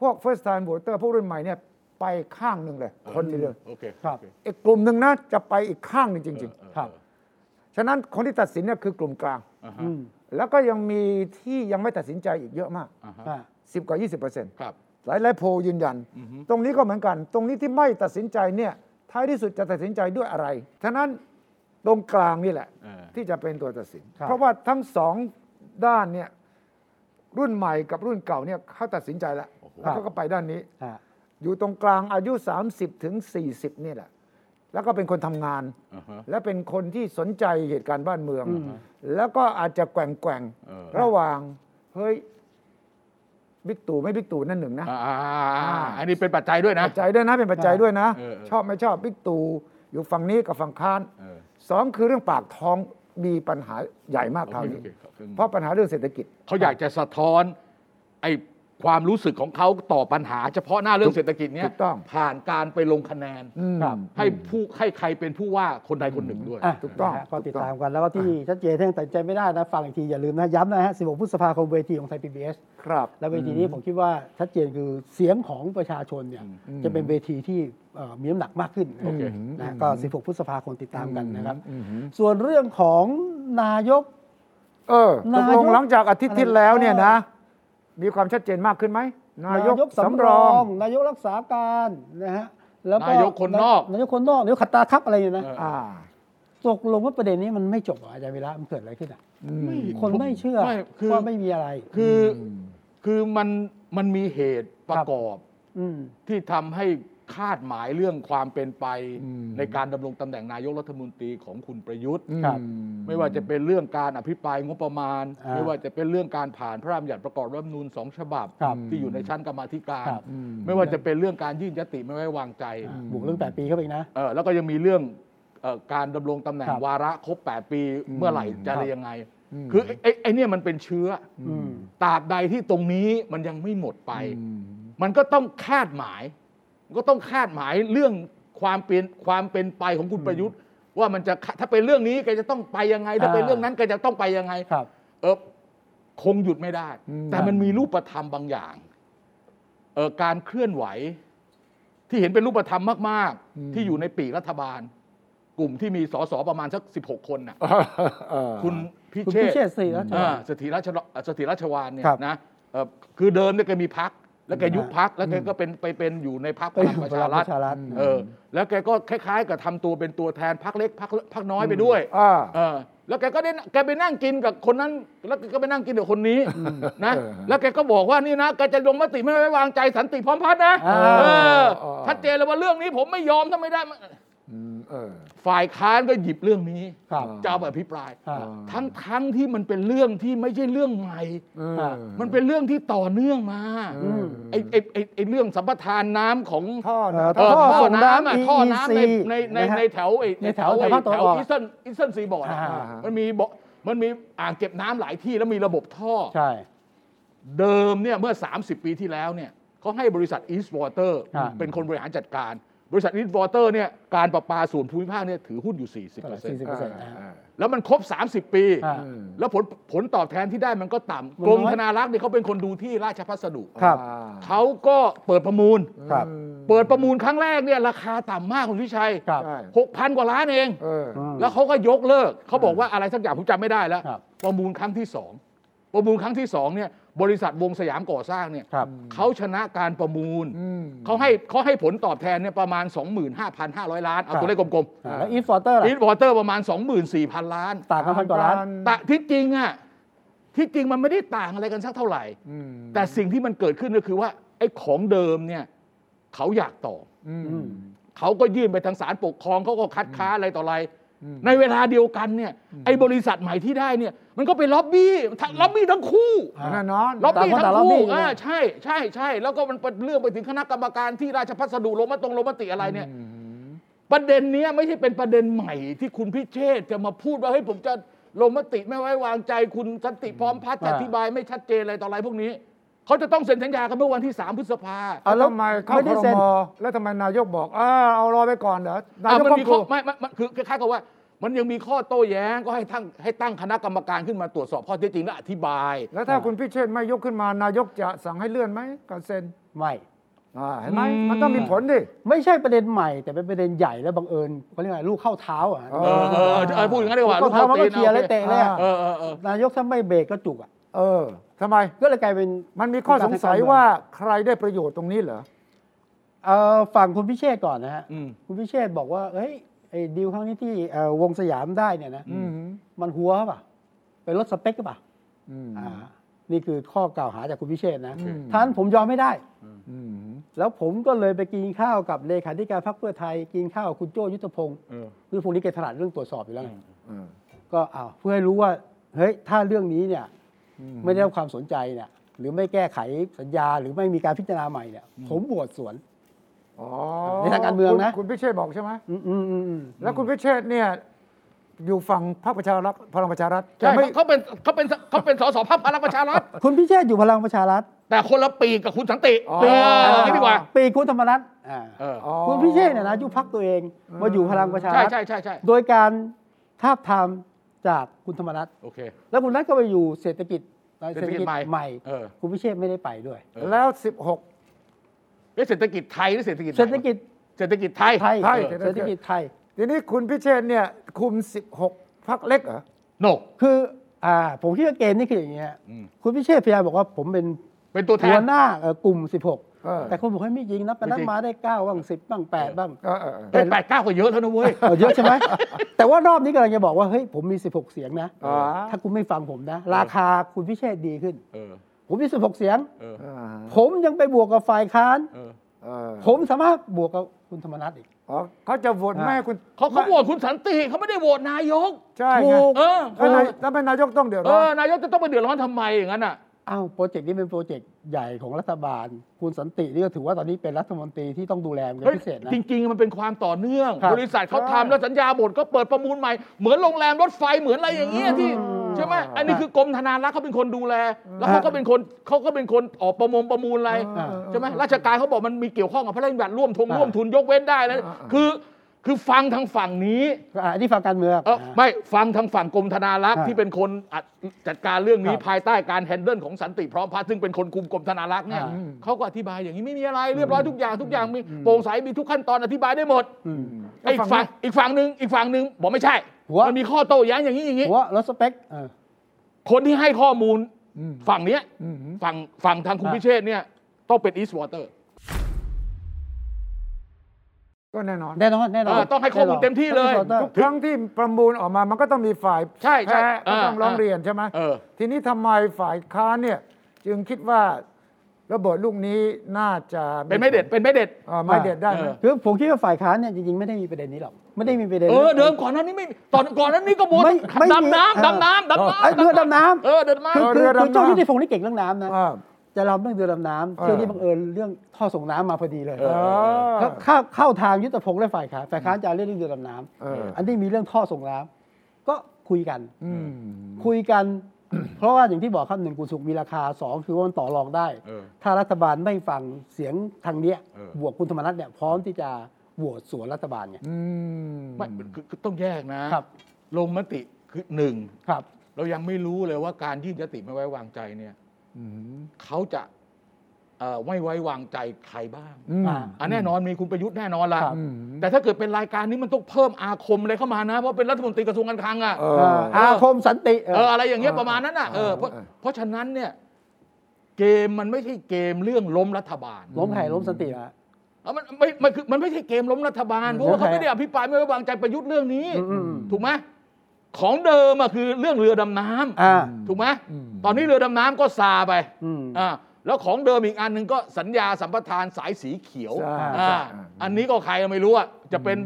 พวก first time voter พวกรุ่นใหม่เนี่ยไปข้างหนึ่งเลย คนทีเดียว โอเค ครับ โอเ อีกกลุ่มหนึ่งนะจะไปอีกข้างหนึ่งจริง เออ ครับ ๆ ฉะนั้นคนที่ตัดสินเนี่ยคือกลุ่มกลาง อ่าฮะ อืม แล้วก็ยังมีที่ยังไม่ตัดสินใจอีกเยอะมาก อ่าฮะ อ่า 10 กว่า 20เปอร์เซ็นต์ ครับ หลายหลายๆโพลยืนยัน อือฮึ ตรงนี้ก็เหมือนกัน ตรงนี้ที่ไม่ตัดสินใจเนี่ยท้ายที่สุดจะตัดสินใจด้วยอะไร ฉะนั้นตรงกลางนี่แหละ เออ ที่จะเป็นตัวตัดสิน ครับ เพราะว่าทั้งสองด้านเนี่ยรุ่นใหม่กับรุ่นเก่าเนี่ยเขาตัดสินใจแล้ว โอ้โห แล้วเขาก็ไปด้านนี้ อ่า อยู่ตรงกลางอายุ 30 ถึง 40 นี่แหละ แล้วก็เป็นคนทำงาน อ่าฮะ และเป็นคนที่สนใจเหตุการณ์บ้านเมือง อืม แล้วก็อาจจะแกว่งแกว่งๆ เออ ระหว่างเฮ้ยบิ๊กตู่ไม่บิ๊กตู่นั่นหนึ่งนะ อ่าอ่าอ่าอ่าอันนี้เป็นปัจจัยด้วยนะ ปัจจัยด้วยนะเป็นปัจจัยด้วยนะ เออเออ ชอบไม่ชอบบิ๊กตู่อยู่ฝั่งนี้กับฝั่งค้าน เออ สองคือเรื่องปากท้องมีปัญหาใหญ่มากคราว โอ นี้ เคโอค เพราะปัญหาเรื่องเศรษฐกิจ เขาอยากจะสะท้อนไอ้ความรู้สึกของเขาต่อปัญหา เฉพาะหน้าเรื่องเศรษฐกิจเนี้ย ถูกต้อง ผ่านการไปลงคะแนน อืม ครับ ให้ผู้ให้ใครเป็นผู้ว่าคนใดคนหนึ่งด้วย อ่ะ ถูกต้อง นะฮะก็ติด ถูกต้อง ตามกัน แล้วก็ที่ชัดเจนที่ยังตัดสินใจไม่ได้นะฟังอีกทีอย่าลืมนะย้ำนะฮะ 16 พฤษภาคมเวทีของไทย PBS ครับ และเวทีนี้ผมคิดว่าชัดเจนคือเสียงของประชาชนเนี่ยจะเป็นเวทีที่เอ่อมีน้ำหนักมากขึ้น โอเค นะฮะก็ 16 พฤษภาคมติดตามกันนะครับ อืม ส่วนเรื่องของนายก เออต นาก ยก ลงหลังจากอาทิตย์ที่แล้วเนี่ยนะ มีความชัดเจนมากขึ้นไหมนายกสำรอง นายกรักษาการนะฮะแล้วก็ นายกคนนอก ายกคนนอกนายกขัดตาทับอะไรเนี่ยนะ เออ อ่า ตกลงว่าประเด็นนี้มันไม่จบเหรออาจารย์วิระมันเกิดอะไรขึ้นอ่ะคนไม่เชื่อ ไม่คือ ว่าไม่มีอะไร คืออคือมันมันมีเหตุประกอบ อืม ที่ทำให้คาดหมายเรื่องความเป็นไป อืม ในการดำรงตำแหน่งนายกรัฐมนตรีของคุณประยุทธ์ ครับ อืม ไม่ว่าจะเป็นเรื่องการอภิปรายงบประมาณ อ่า ไม่ว่าจะเป็นเรื่องการผ่านพระราชบัญญัติประกอบรัฐธรรมนูญสองฉบับ ครับ ที่อยู่ในชั้นกรรมาธิการ ครับ อืม ไม่ว่าจะเป็นเรื่องการยื่นยติไม่ไว้วางใจ บวกเรื่องแปดปีเข้าไปอีกนะ เออแล้วก็ยังมีเรื่องเอ่อการดำรงตำแหน่ง ครับ วาระครบ 8 ปีเมื่อไหร่จะ ครับ ยังไง คือไอ้ไอ้ไอ้เนี่ยมันเป็นเชื้ออ อืม ตราบใดที่ตรงนี้มันยังไม่หมดไป อืม มันก็ต้องคาดหมาย มันก็ต้องคาดหมายเรื่องความเป็นความเป็นไปของคุณประยุทธ์ ว่ามันจะถ้าเป็นเรื่องนี้แกจะต้องไปยังไง ถ้าเป็น อ่า เรื่องนั้นแกจะต้องไปยังไง ครับ เออคงหยุดไม่ได้ อืม แต่มันมีรูปธรรมบางอย่างเออการเคลื่อนไหว ที่เห็นเป็นรูปธรรมมาก ๆ ที่อยู่ในปีกรัฐบาล กลุ่มที่มีสสประมาณสัก 16 คน น่ะ เออ คุณพิ คุณ เช พิ ษฐ์ เชษฐ์สิรัช อ่าว าน สถิราชเอ่อสถิราชวานเนี่ย ครับ นะเอ่อคือเดิมเนี่ยแกมีพัก แล้วแกยุบ อืม พักแล้วแกก็เป็นไปเป็นอยู่ในพักพ ไปอ ลัง ยู่ ประ พ ชา ลังป รัฐ ระชารัฐ เออแล้วแกก็คล้าย ๆ กับทำตัวเป็นตัวแทนพักเล็กพักพักน้อยไปด้วย อ่า เออแล้วแกก็ได้แกไปนั่งกินกับคนนั้น แล้วแกก็ไปนั่งกินกับคนนี้นะแล้วแกก็บอกว่านี่นะแกจะลงมติไม่ไว้วางใจสันติพร้อมพัฒน์นะ อ่า เออชัดเจนเลยว่าเรื่องนี้ผมไม่ยอมถ้าไม่ได้มัน อืมเออ ฝ่ายค้านก็หยิบเรื่องนี้ ครับ จะเอาไปอภิปราย อ่า ทั้งทั้งที่มันเป็นเรื่องที่ไม่ใช่เรื่องใหม่ เอ อ่ะ อ มันเป็นเรื่องที่ต่อเนื่องมา อืม ไอ้ไอ้ไอ้ไอ้เรื่องสัมปทานน้ำของ ท่อ เอ่อ นะ ท่อ เ ส่งน้ำ อะ EEC ท่อน้ำในในใน นะฮะ ในแถวไอ้ ในแถวแถวภาคตะวัน แถว ออก อีสเซนอีสเซนซีบอร์ด อ่า มันมีบ่อมันมีอ่างเก็บน้ำหลายที่แล้วมีระบบท่อ ใช่ เดิมเนี่ยเมื่อ 30 ปีที่แล้วเนี่ยเขาให้บริษัท East Water อ่า เป็นคนบริหารจัดการ บริษัท East Water เนี่ยการประปาส่วนภูมิภาคเนี่ยถือหุ้นอยู่ 40% สี่สิบเปอร์เซ็นต์นะฮะ แล้วมันครบ 30 ปี อ่า แล้วผลผลตอบแทนที่ได้มันก็ต่ำ มันน้อย กรมธนารักษ์เนี่ยเขาเป็นคนดูที่ราชพัสดุ ครับ เขาก็เปิดประมูล ครับ เปิดประมูลครั้งแรกเนี่ยราคาต่ำมากคุณวิชัย ครับ ใช่ หกพันกว่าล้านเอง เออ แล้วเขาก็ยกเลิก เขาบอกว่าอะไรสักอย่างผมจำไม่ได้แล้ว ครับ ประมูลครั้งที่สองประมูลครั้งที่สองเนี่ยบริษัทวงสยามก่อสร้างเนี่ย ครับ เขาชนะการประมูล อืม เขาให้เขาให้ผลตอบแทนเนี่ยประมาณ 25,500 ล้านเอา ครับ ตัวเลขกลม อ่าแล้วอีฟอร์เตอร์ ๆ ล่ะ อีทวอเตอร์ประมาณ 24,000 ล้าน ต่างกันพันกว่าล้าน แต่ที่จริงอะที่จริงมันไม่ได้ต่างอะไรกันสักเท่าไหร่ อืม แต่สิ่งที่มันเกิดขึ้นก็คือว่าไอ้ของเดิมเนี่ยเขาอยากต่อ อืม อืม เขาก็ยื่นไปทางศาลปกครองเขาก็คัดค้านอะไรต่ออะไร อืม ในเวลาเดียวกันเนี่ยไอ้บริษัทใหม่ที่ได้เนี่ยมันก็ไปล็อบบี้ทั้งล็อบบี้ทั้งคู่ อ่า แน่นอน ล็อบบี้ ต่างคนต่าทั้ง ง ล็อบบี้อคู่ยู่นะ อ่าใช่ใช่ใช่แล้วก็มันเป็นเรื่องไปถึงคณะกรรมการที่ราชพัสดุลงมตรงลงมติอะไรเนี่ย ประเด็นเนี้ยไม่ใช่เป็นประเด็นใหม่ที่คุณพิเชษจะมาพูดว่าเฮ้ยผมจะ ลงมติไม่ไว้วางใจคุณสันติพร้อมพัฒน์ อ่า อธิบายไม่ชัดเจนอะไรต่ออะไรพวกนี้เขาจะต้องเซ็นสัญญากันเมื่อวันที่ 3 พฤษภา อ่ะแล้ แล้ว วทำไมเข้า ไม่ ค ได้ ร เซ็น มแล้วทำไมนายกบอกอ่าเอารอไปก่อนเหรอนา อ่ะ ยก มัน ก็ มี ก ข้ ลั อ ว ไม่ไม่ไม่คือคล้ายๆกับว่า มันยังมีข้อโต้แย้งก็ให้ตั้งให้ตั้งคณะกรรมการขึ้นมาตรวจสอบข้อเท็จจริงและอธิบาย แล้วถ้าคุณพิเชษฐ์ไม่ยกขึ้นมานายกจะสั่งให้เลื่อนไหมก่อนเซ็น ไม่ อ่าเห็นไหม อืม มันต้องมีผลดิ ไม่ใช่ประเด็นใหม่ แต่เป็นประเด็นใหญ่แล้วบังเอิญเขาเรียกว่าลูกเข้าเท้าอ่ะ เอ เออเออเออพูดอย่างนั้นดีกว่า ลูกเข้าเท้ามันก็เคลียร์และเตะเลยอะ เออเออเออ นายกถ้าไม่เบรกก็จุกอ่ะ เออทำไม ก็เลยกลายเป็น มันมีข้อสงสัย การทางการเมือง ว่าใครได้ประโยชน์ตรงนี้เหรอ เอ่อฝั่งคุณพิเชษฐ์ก่อนนะฮะ อืม คุณพิเชษฐ์บอกว่าเอ้ยไอ้ดีลครั้งนี้ที่เอ่อวงสยามได้เนี่ยนะ อืม มันหัวป่ะเป็นรถสเปคป่ะ อืม อ่า นี่คือข้อกล่าวหาจากคุณพิเชษฐ์นะ อืม ท่านผมยอมไม่ได้ อืม แล้วผมก็เลยไปกินข้าวกับเลขาธิการพรรคเพื่อไทย กินข้าวกับคุณโจ้ยุทธพงศ์ เออ ยุทธพงศ์นี่แกถนัดเรื่องตรวจสอบอยู่แล้วไง เออ ก็อ้าวเพื่อให้รู้ว่าเฮ้ยถ้าเรื่องนี้เนี่ย อืม ไม่ได้รับความสนใจเนี่ยหรือไม่แก้ไขสัญญาหรือไม่มีการพิจารณาใหม่เนี่ย ผมบวชสวน อ๋อ ในทางการเมืองนะ คุณคุณพิเชษฐ์บอกใช่ไหม อืมอืมอืมอืม แล้วคุณพิเชษฐ์เนี่ยอยู่ฝั่งพรรคประชารัฐพลังประชารัฐ ใช่ แต่ไม่ เขาเป็นเขาเป็นเขาเป็นสสพักพลังประชารัฐ คุณพิเชษฐ์อยู่พลังประชารัฐ แต่คนละปีกกับคุณสันติ อ๋อ เอออย่างนี้ดีกว่า ปีคุณธรรมนัฐอ่า เออ อ๋อ คุณพิเชษฐ์เนี่ยนะยุบพักตัวเองมาอยู่พลังประชา ใช่ รัฐ ใช่ใช่ใช่ โดยการทาบทามจากคุณธรรมนัฐ โอเค แล้วคุณนัทก็ไปอยู่เศรษฐกิจ เศรษฐกิจใหม่เออ คุณพิเชษฐ์ไม่ได้ไปด้วย แล้ว 16 เอ๊ะเศรษฐกิจไทยหรือเศรษฐกิจไหน เศรษฐกิจ เศรษฐกิจไทย ไทย ไทย เออเศรษฐกิจไทย ทีนี้คุณพิเชษฐ์เนี่ยคุม 16พรรคเล็กเหรอ โน คืออ่าผมคิดว่าเกณฑ์นี่คืออย่างเงี้ยคุณพิเชษฐ์พยายามบอกว่าผมเป็น เป็นตัวแท หัวน หน้าเอ่อกลุ่ม เออ 16 แต่คนบอกให้ไม่ยิงนับไปนับ ไม่จริง มาได้ 9 บ้าง 10 บ้าง 8 บ้าง เออเออเออ เป็นแปดเก้าก็เยอะแล้วนะเว้ย เออเยอะใช่ไหม แต่ว่ารอบนี้กำลังจะบอกว่า เฮ้ย ผมมี 16 เสียงนะ อ๋อ ถ้าคุณไม่ฟังผมนะ ราคาคุณพิเชษดีขึ้น เออ ผมมี 16 เสียง เออ อ่า ผมยังไปบวกกับฝ่ายค้าน เออ เออ ผมสามารถบวกกับคุณธรรมนัฐอีก อ๋อเขาจะโหวตไม่ให้คุณ เขาเขาโหวตคุณสันติเขาไม่ได้โหวตนายก ใช่ ถู ไง ก เออ แล้วนายแล้วเป็นนายกต้องเดือด เอ ร้อ อน นายกจะต้องไปเดือดร้อนทำไมอย่างนั้นอ่ะ อ้าวโปรเจกต์นี้เป็นโปรเจกต์ใหญ่ของรัฐบาล คุณสันตินี่ก็ถือว่าตอนนี้เป็นรัฐมนตรีที่ต้องดูแลเป็นพิเศษนะ จริง ๆ มันเป็นความต่อเนื่อง ครับ บริษัทเขา ใช่ ทำแล้วสัญญาบทก็เปิดประมูลใหม่ เหมือนโรงแรมรถไฟเหมือนอะไรอย่างเงี้ยที่ อืม ใช่ไหมอันนี้คือกรมธนารักษ์เขาเป็นคนดูแล แล้วเขาก็เป็นคนเขาก็เป็นคนออกประมงประมูลอะไร เออเออ ใช่ไหมราชการเขาบอกมันมีเกี่ยวข้องกับพระราชบัญญัติร่วมทง อ่า ร่วมทุนยกเว้นได้แล้ว อ่าอ่า คือคือฟังทางฝั่งนี้ อ่ะอันนี้ฝั่งการเมือง เออ นะ ไม่ฟังทางฝั่งกรมธนารักษ์ อ่า ที่เป็นคนอ่ะจัดการเรื่องนี้ ครับ ภายใต้การแฮนเดิลของสันติพร้อมพัฒน์ซึ่งเป็นคนคุมกรมธนารักษ์เนี่ย อ่า เขาก็อธิบายอย่างนี้ไม่มีอะไรเรียบร้อยทุกอย่างทุกอย่างมีโปร่งใสมีทุกขั้นตอนอธิบายได้หมด อืม ไอ้อีกฝั่งอีกฝั่งหนึ่งอีกฝั่งหนึ่งบอกไม่ใช่ หัว มันมีข้อโต้แย้งอย่างนี้อย่างนี้ หัวรถสเปคเออ คนที่ให้ข้อมูล อืม ฝั่งเนี้ย อืม ฝั่งฝั่งทางคุณ อ่ะ พิเชษเนี่ยต้องเป็นอีส t w อเตอร์ ก็แน่นอน แน่นอนแน่นอน ต้องให้ข้อมูลเต็มที่เลย แน่นอน ทุกครั้งที่ประมูลออกมามันก็ต้องมีฝ่าย ใช่ใช่ แพ้ก็ต้อง อ่า ร้อง อ่า เรียนใช่ไหม เออ ทีนี้ทำไมฝ่ายค้านเนี่ย จึงคิดว่าระเบิดลูกนี้น่าจะ เป็นไม่เด็ด เป็นไม่เด็ด อ่าไม่เด็ดได้ไหม เออ คือผมคิดว่าฝ่ายค้านเนี่ยจริงๆ ไม่ได้มีประเด็นนี้หรอก ไม่ได้มีประเด็น เออเดิมก่อนหนั้นนี่ไม่มีตอนก่อนหนั้นนี่ก็บวช ไม่ไม่มีเอดำอ น้ำดำน้ำดำน้ำ เอ้ยเรือดำน้ำ เออเดินมา คือ เรื คือ อคือดำน้ำเจ้ายุทธิพงศ์นี่เก่งเรื่องน้ำนะ อ่า จะรำเรื่องเรือดำน้ำ เออ เที่ยวนี้บังเอิญเรื่องท่อส่งน้ำมาพอดีเลย เออ เข้าเข้าเข้าทางยุทธพงศ์และฝ่ายค้านฝ่ายค้านจะเอาเรื่องเรื่องเรือดำน้ เออ ำ อั อันนี้มีเรื่องท่อส่งน้ำก็คุยกัน ม คุยกัน เพราะว่าอย่างที่บอกครับหนึ่งกุสุกมีราคาสองคือว่ามันต่อรองได้ เออ ถ้ารัฐบาลไม่ฟังเสียงทางเนี้ย เออ บวกคุณธรรมนัฐเนี่ยพร้อมที่จะโหวตสวนรัฐบาลไง อืม ไม่คือคือต้องแยกนะครับ ลงมติคือหนึ่ง ครับ เรายังไม่รู้เลยว่าการยื่นยติไม่ไว้วางใจเนี่ย อืม เขาจะเอ่อไม่ไว้วางใจใครบ้าง อืม อ่า อันแน่นอนมีคุณประยุทธ์แน่นอนละ ครับ อืม แต่ถ้าเกิดเป็นรายการนี้มันต้องเพิ่มอาคมอะไรเข้ามานะ เพราะเป็นรัฐมนตรีกระทรวงการคลังอ่ะ เอ เอ่อ อ อาคมสันติเออ เอออะไรอย่างเงี้ยประมาณนั้นอ่ะเออเพราะ เออ เพราะฉะนั้นเนี่ยเกมมันไม่ใช่เกมเรื่องล้มรัฐบาล ล้มใครล้มสันติละ แล้วมันไม่มันคือมันไม่ใช่เกมล้มรัฐบาลเพราะว่าแล้เขาวใคร ไม่ได้อภิปรายไม่ไว้วางใจประยุทธ์เรื่องนี้ อืม ถูกไหมของเดิมอะคือเรื่องเรือดำน้ำ อ่า ถูกไหม อืม ตอนนี้เรือดำน้ำก็ซาไป อืม อ่าแล้วของเดิมอีกอันหนึ่งก็สัญญาสัมปทานสายสีเขียว ใช่ อ่า ใช่ อันนี้ก็ใครไม่รู้อ่ะจะเป็น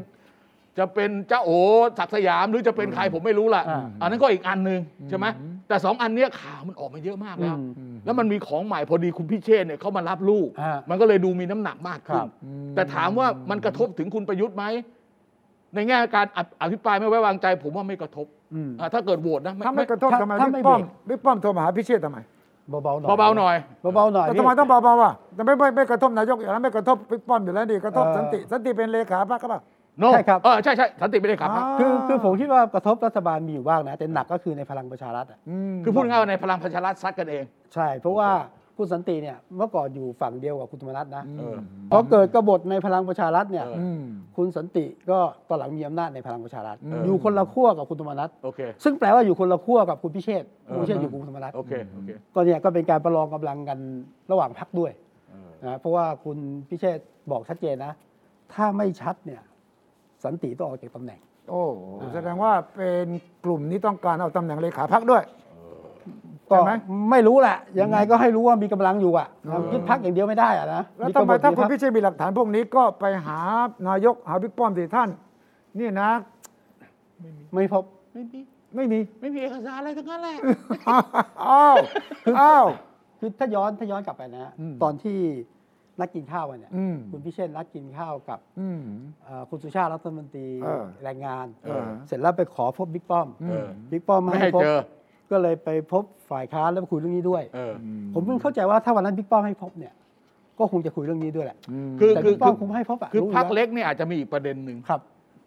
จะเป็นเจ้าโอศักดิ์สยามหรือจะเป็นใครผมไม่รู้ล่ะ อ่า อันนั้นก็อีกอันหนึ่งใช่ไหมแต่สองอันเนี้ยข่าวมันออกมาเยอะมากแล้ว อืม แล้วมันมีของใหม่พอดีคุณพิเชษเนี่ยเขามารับลูก อ่ามั มันก็เลยดูมีน้ำหนักมากขึ้ ครั น บ แต่ถามว่ามันกระทบถึงคุณประยุทธ์ไหม ในแง่การอภิอภิปรายไม่ไว้วางใจ ผมว่าไม่กระทบ อืม อ่ะถ้าเกิดโหวตนะ ถ้าไม่กระทบ ถ้า ทำไม ถ้า บิ๊ ไม่ กป้อม เบรก บิ๊กป้อมโทรมาหาพิเชษฐ์ทำไม เบาๆหน่อย เบาๆหน่อย เบาๆหน่อย แต่ นี่ ทำไมต้องเบาๆอ่ะแต่ไม่ไม่ไม่กระทบนายกอยู่แล้วไม่กระทบบิ๊กป้อมอยู่แล้วดิกระทบ เอ่อ สันติสันติเป็นเลขาพรรคก็ปล่ะ No ใช่ครับ เออใช่ใช่สันติไม่ได้ครับ คือคือผมคิดว่ากระทบรัฐบาลมีอยู่บ้างนะ แต่หนักก็คือในพลังประชารัฐอะ คือพูดง่ายๆว่าในพลังประชารัฐซัดกันเอง ใช่ เพราะว่าคุณสันติเนี่ยเมื่อก่อนอยู่ฝั่งเดียวกับคุณธรรมนัฐนะ เออ พอเกิดกบฏในพลังประชารัฐเนี่ย เอ คุณสันติก็ตอนหลังมีอำนาจในพลังประชารัฐ เออ อ อ ยู่คนละขั้วกับคุณธรรมนัฐ โอเค ซึ่งแปลว่าอยู่คนละขั้วกับคุณพิเชษฐ์ เออ คุณพิเชษฐ์อยู่กับคุณธรรมนัฐ โอเคโอเค ก็เนี่ยก็เป็นการประลองกำลังกันระหว่างพรรคด้วย เออ นะเพราะว่าคุณพิเชษฐ์บอกชัดเจนนะ ถ้าไม่ชัดเนี่ยสันติต้องออกจากตำแหน่ง โอ้โหแสดงว่าเป็นกลุ่มนี้ต้องการเอาตำแหน่งเลขาพรรคด้วย ก็ ใช่ไหม ไม่รู้แหละ ยังไงก็ให้รู้ว่ามีกำลังอยู่อะนะยึดพักอย่างเดียวไม่ได้อะนะ แล้วทำไมถ้าคุณพิ เชษ เชษมีหลักฐานพวกนี้ก็ไปหานายกหาบิ๊กป้อมสิท่าน นี่นะ ไม่พบ ไม่มี ไม่มี ไม่มีเอกสารอะไรทั้งนั้นแหละ อ้าวอ้าว คือถ้าย้อนถ้าย้อนกลับไปนะฮะ อืม ตอนที่นัดกินข้าวกันเนี่ย อืม คุณพิเชษนัดกินข้าวกับ อืม เอ่อคุณสุชาติรัฐมนตรี เออ แรงงาน เออ เสร็จแล้วไปขอพบบิ๊กป้อม เออ บิ๊กป้อมไม่ ไม่ ให้ ให้ พบ เจอ ก็เลยไปพบฝ่ายค้านแล้วไปคุยเรื่องนี้ด้วย เออ ผมเพิ่งเข้าใจว่าถ้าวันนั้นบิ๊กป้อมให้พบเนี่ย ก็คงจะคุยเรื่องนี้ด้วยแหละ คือ แต่ คือ บิ๊กป้อม คือ คงไม่ให้พบอะ คือ รู้ยู่ พัก แว เล็กเนี่ยอาจจะมีอีกประเด็นหนึ่ง ครับ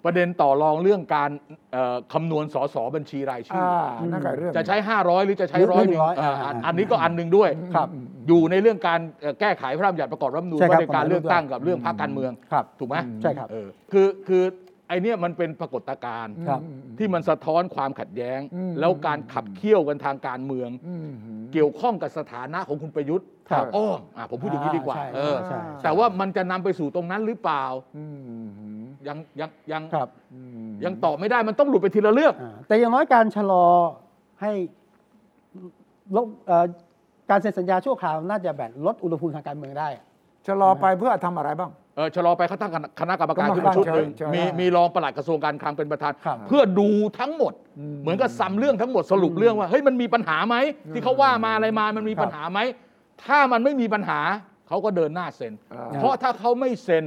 ประเด็นต่อรองเรื่องการเอ่อคำนวณสสบัญชีรายชื่ อ่า อ นั่นก็เรื่อง จะใช้ 500 หรือจะใช้ หรือ ร้อยห หนึ่ นึ่ง งร้อย เอ่อ อ่า อัน อ่า อันนี้ก็อันหนึ่งด้วย ครับ อยู่ในเรื่องการเอ่อแก้ไขพระราชบัญญัติประกอบรัฐธรรมนูญ ใช่ครับว่าด้วยการเลือกตั้งกับเรื่องพรรคการเมือง ครับ ถูกไหม ใช่ครับ เออคือคือไอเนี้ยมันเป็นปรากฏการณ์ ครับ ที่มันสะท้อนความขัดแย้ง แล้วการขับเคี่ยวกันทางการเมือง อืม เกี่ยวข้องกับสถานะของคุณประยุทธ์ ครับ ทางอ้อมอ่ะผมพูดอย่างนี้ดีกว่า ใช่ เออ ใช่ แต่ว่ามันจะนำไปสู่ตรงนั้นหรือเปล่า อืม ยังยังยัง ครับ อืม ยังตอบไม่ได้มันต้องหลุดไปทีละเรื่อง อ่าแต่อย่างน้อยการชะลอให้ลดเอ่อการเซ็นสัญญาชั่วคราวน่าจะแบบลดอุณหภูมิทางการเมืองได้ จะรอไปเพื่อทำอะไรบ้าง เออชะลอไปเขาตั้งคณะกรรมการ กรรมการ ขึ้นมาชุดหนึ่ง ใช่ใช่ มีมีรองปลัดกระทรวงการคลังเป็นประธาน ครับ เพื่อดูทั้งหมด เหมือนกับซ้ำเรื่องทั้งหมดสรุปเรื่องว่าเฮ้ยมันมีปัญหาไหมที่เขาว่ามาอะไรมามันมี ครับ ปัญหาไหมถ้ามันไม่มีปัญหาเขาก็เดินหน้าเซ็น อ่า เพราะถ้าเขาไม่เซ็น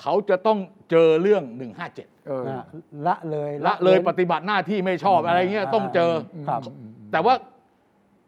เขาจะต้องเจอเรื่อง 157 เออ นะละเลย ละเลยป ว้น ฏิบัติหน้าที่ไม่ชอบอะไรเงี้ยต้องเจอ ครับ แต่ว่า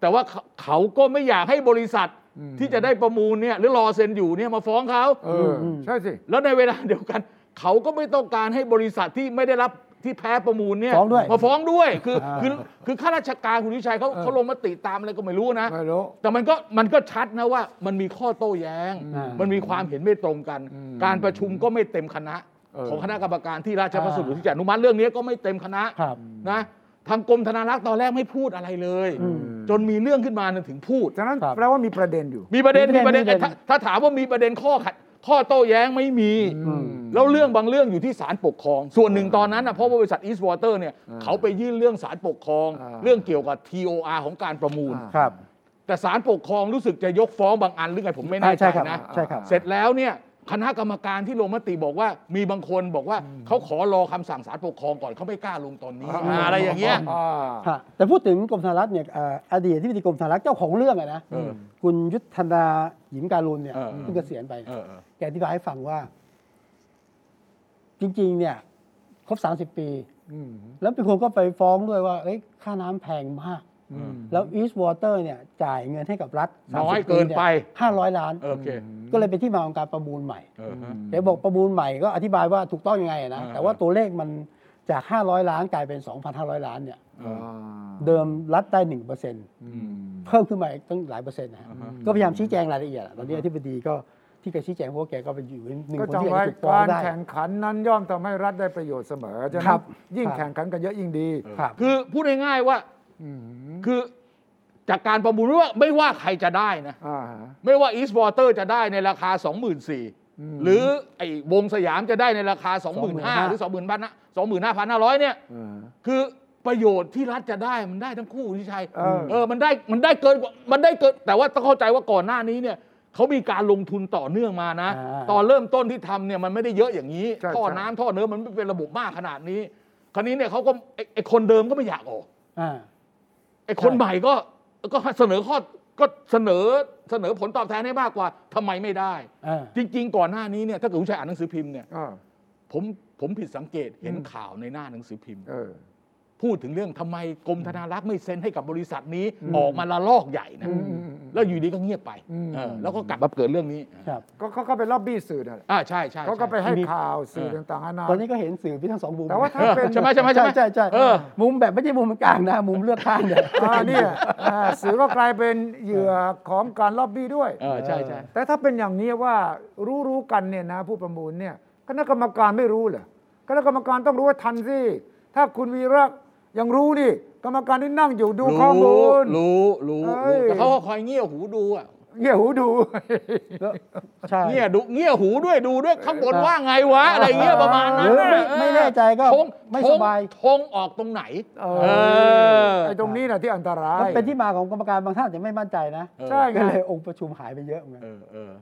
แต่ว่าเขาเขาก็ไม่อยากให้บริษัท อืม ที่จะได้ประมูลเนี่ยหรือรอเซ็นอยู่เนี่ยมาฟ้องเขา เอออ ม ใช่สิ แล้วในเวลาเดียวกัน เขาก็ไม่ต้องการให้บริษัทที่ไม่ได้รับที่แพ้ประมูลเนี่ย ฟ้องด้วย มาฟ้องด้วยคือ อ่า คือคือข้าราชการคุณวิชัยเขา เออ เขาลงมติตามอะไรก็ไม่รู้นะ ไม่รู้ แต่มันก็มันก็ชัดนะว่ามันมีข้อโต้แย้ง อ่ามั มันมีความเห็นไม่ตรงกัน อืม การประชุมก็ไม่เต็มคณะ เออ ของคณะกรรมการที่ราชพัสดุที่จะอนุมัติเรื่องนี้ก็ไม่เต็มคณะ ครับ นะทางกรมธนารักษ์ตอนแรกไม่พูดอะไรเลย อืม จนมีเรื่องขึ้นมาเนี่ยถึงพูด ฉะนั้น ครับ แปลว่ามีประเด็นอยู่ มีประเด็น มี มี ป ประ ระ เด็ เด็ น นแต่ถ้าถ้าถามว่ามีประเด็นข้อขัดข้อโต้แย้งไม่มี แล้วเรื่องบางเรื่องอยู่ที่ศาลปกครอง ส่วนหนึ่งตอนนั้นนะเพราะว่าบริษัทอีส t วอเตอร์เนี่ยเขาไปยื่นเรื่องศาลปกครอง อ่า เรื่องเกี่ยวกับ TOR ของการประมูล อ่า ครับ แต่ศาลปกครองรู้สึกจะยกฟ้องบางอันหรือไงผมไม่แน่ใจ ใช่ครับ นะ ใช่ครับ เสร็จแล้วเนี่ยคณะกรรมการที่ลงมติบอกว่ามีบางคนบอกว่าเขาขอรอคำสั่งศาลปกครองก่อนเขาไม่กล้าลงตอนนี้อ่าอะไรอย่างเงี้ย อ่า ฮะแต่พูดถึงกรมธนารักษ์เนี่ยเอ่ออดีตที่ปฏิกรมธนารักษ์เจ้าของเรื่องอะนะ เออ คุณยุทธนาหญิมการุณเนี่ย เออ เพิ่งเกษียณไป เออเออ แกอธิบายให้ฟังว่า จริง ๆ เนี่ย ครบ 30 ปี แล้วเป็นคนก็ไปฟ้องด้วยว่าเอ้ยค่าน้ำแพงมาก เออ แล้ว East Water เนี่ยจ่ายเงินให้กับรัฐ น้อยเกินไป 500 ล้าน เออโอเค ก็เลยเป็นที่มาของการประมูลใหม่ เออฮะ แต่บอกประมูลใหม่ก็อธิบายว่าถูกต้องยังไงนะ เออ แต่ว่าตัวเลขมันจาก 500 ล้านกลายเป็น 2,500 ล้านเนี่ย เออ เดิมรัฐได้ 1%เพิ่มขึ้นมาอีกตั้งหลายเปอร์เซ็นต์นะฮะ อือฮะ ก็พยายามชี้แจงรายละเอียดอะตอนนี้อธิบดีก็ที่แกชี้แจงเพราะว่าแกก็เป็นอยู่ในหนึ่ง ก็ คน จำ ที่ ไว้ ถูกฟ้อก าง ร ได้ แข่งขันนั้นย่อมทำให้รัฐได้ประโยชน์เสมอจะ ครับ ยิ่ง ครับ แข่งขันกันเยอะยิ่งดี ครับ คือพูดง่ายๆว่าคือจากการประมูลว่าไม่ว่าใครจะได้นะ อ่าฮะ ไม่ว่าอีส t วอเตอร์จะได้ในราคา 24,000หรือไอ้วงสยามจะได้ในราคา 25,000หรือ25,000นะ25,500เนี่ย อ่า คือประโยชน์ที่รัฐจะได้มันได้ทั้งคู่ที่ชัย เออ เออมันได้มันได้เกินกว่ามันได้เกิน แต่ว่าต้องเข้าใจว่าก่อนหน้านี้เนี่ยเขามีการลงทุนต่อเนื่องมานะ อ่า ตอนเริ่มต้นที่ทำเนี่ยมันไม่ได้เยอะอย่างนี้ ใช่ ท่อ ใช่ น้ำท่อเนื้อมันไม่เป็นระบบมากขนาดนี้ คราวนี้เนี่ยเขาก็ไอ้ไอ้คนเดิมก็ไม่อยากออก อ่า ไอ้คน ใช่ ใหม่ก็ก็เสนอข้อก็เสนอเสนอผลตอบแทนให้มากกว่าทำไมไม่ได้ อ่า จริง ๆ ก่อนหน้านี้เนี่ยถ้าเกิดคุณชัยอ่านหนังสือพิมพ์เนี่ย อ่า ผมผมผิดสังเกตเห็น อืม ข่าวในหน้าหนังสือพิมพ์ เออ พูดถึงเรื่องทำไมกรมธนารักษ์ไม่เซ็นให้กับบริษัทนี้ อืม ออกมาละลอกใหญ่นะ อืมอืมอืม แล้วอยู่ดีก็เงียบไป อืม เออแล้วก็กลับมาเกิดเรื่องนี้ ครับ ก็เขาก็ไปล็อบบี้สื่อนั่นแหละ อ่าใช่ใช่ช่ เขาก็ไปให้ มี ข่าวสื่อ เออ ต่างๆนานา ตอนนี้ก็เห็นสื่อพี่ทั้งสองมุม แต่ว่าถ้าเป็น ใช่ไหมใช่ไหมใช่ ใช่ ไหม ใช่ใช่ เออ มุมแบบไม่ใช่มุมกลางนะมุมเลือกข้างเนี่ย อ่า เนี่ยอ่าสื่อก็กลายเป็นเหยื่อของการล็อบบี้ด้วย เออใช่ใช่ แต่ถ้าเป็นอย่างนี้ว่ารู้รู้ๆกันเนี่ยนะผู้ประมูลเนี่ยคณะกรรมการไม่รู้เหรอคณะกรรมการต้องรู้ว่าทันสิถ้าคุณวีระยังรู้นี่กรรมการที่นั่งอยู่ดู รู้ ข้อมูล รู้รู้ เอ้ รู้ ย แต่เขาก็คอยเงี่ยหูดูอ่ะ เงี่ยหูดู ใช่ เงี่ยดูเงี่ยหูด้วยดูด้วยข้างบนว่าไงวะอะไรเงี้ยประมาณ ห นั้ รื น อ น่ะ ไม่ไม่แน่ใจก็ ทง ไม่ ท ส ง บาย ทงออกตรงไหน เอ เออ ไอ้ตรงนี้นะที่อันตราย มันเป็นที่มาของกรรมการบางท่านจะไม่มั่นใจนะ เออ ใช่ไง ก็เลยองค์ประชุมหายไปเยอะเหมือนกัน เออเออ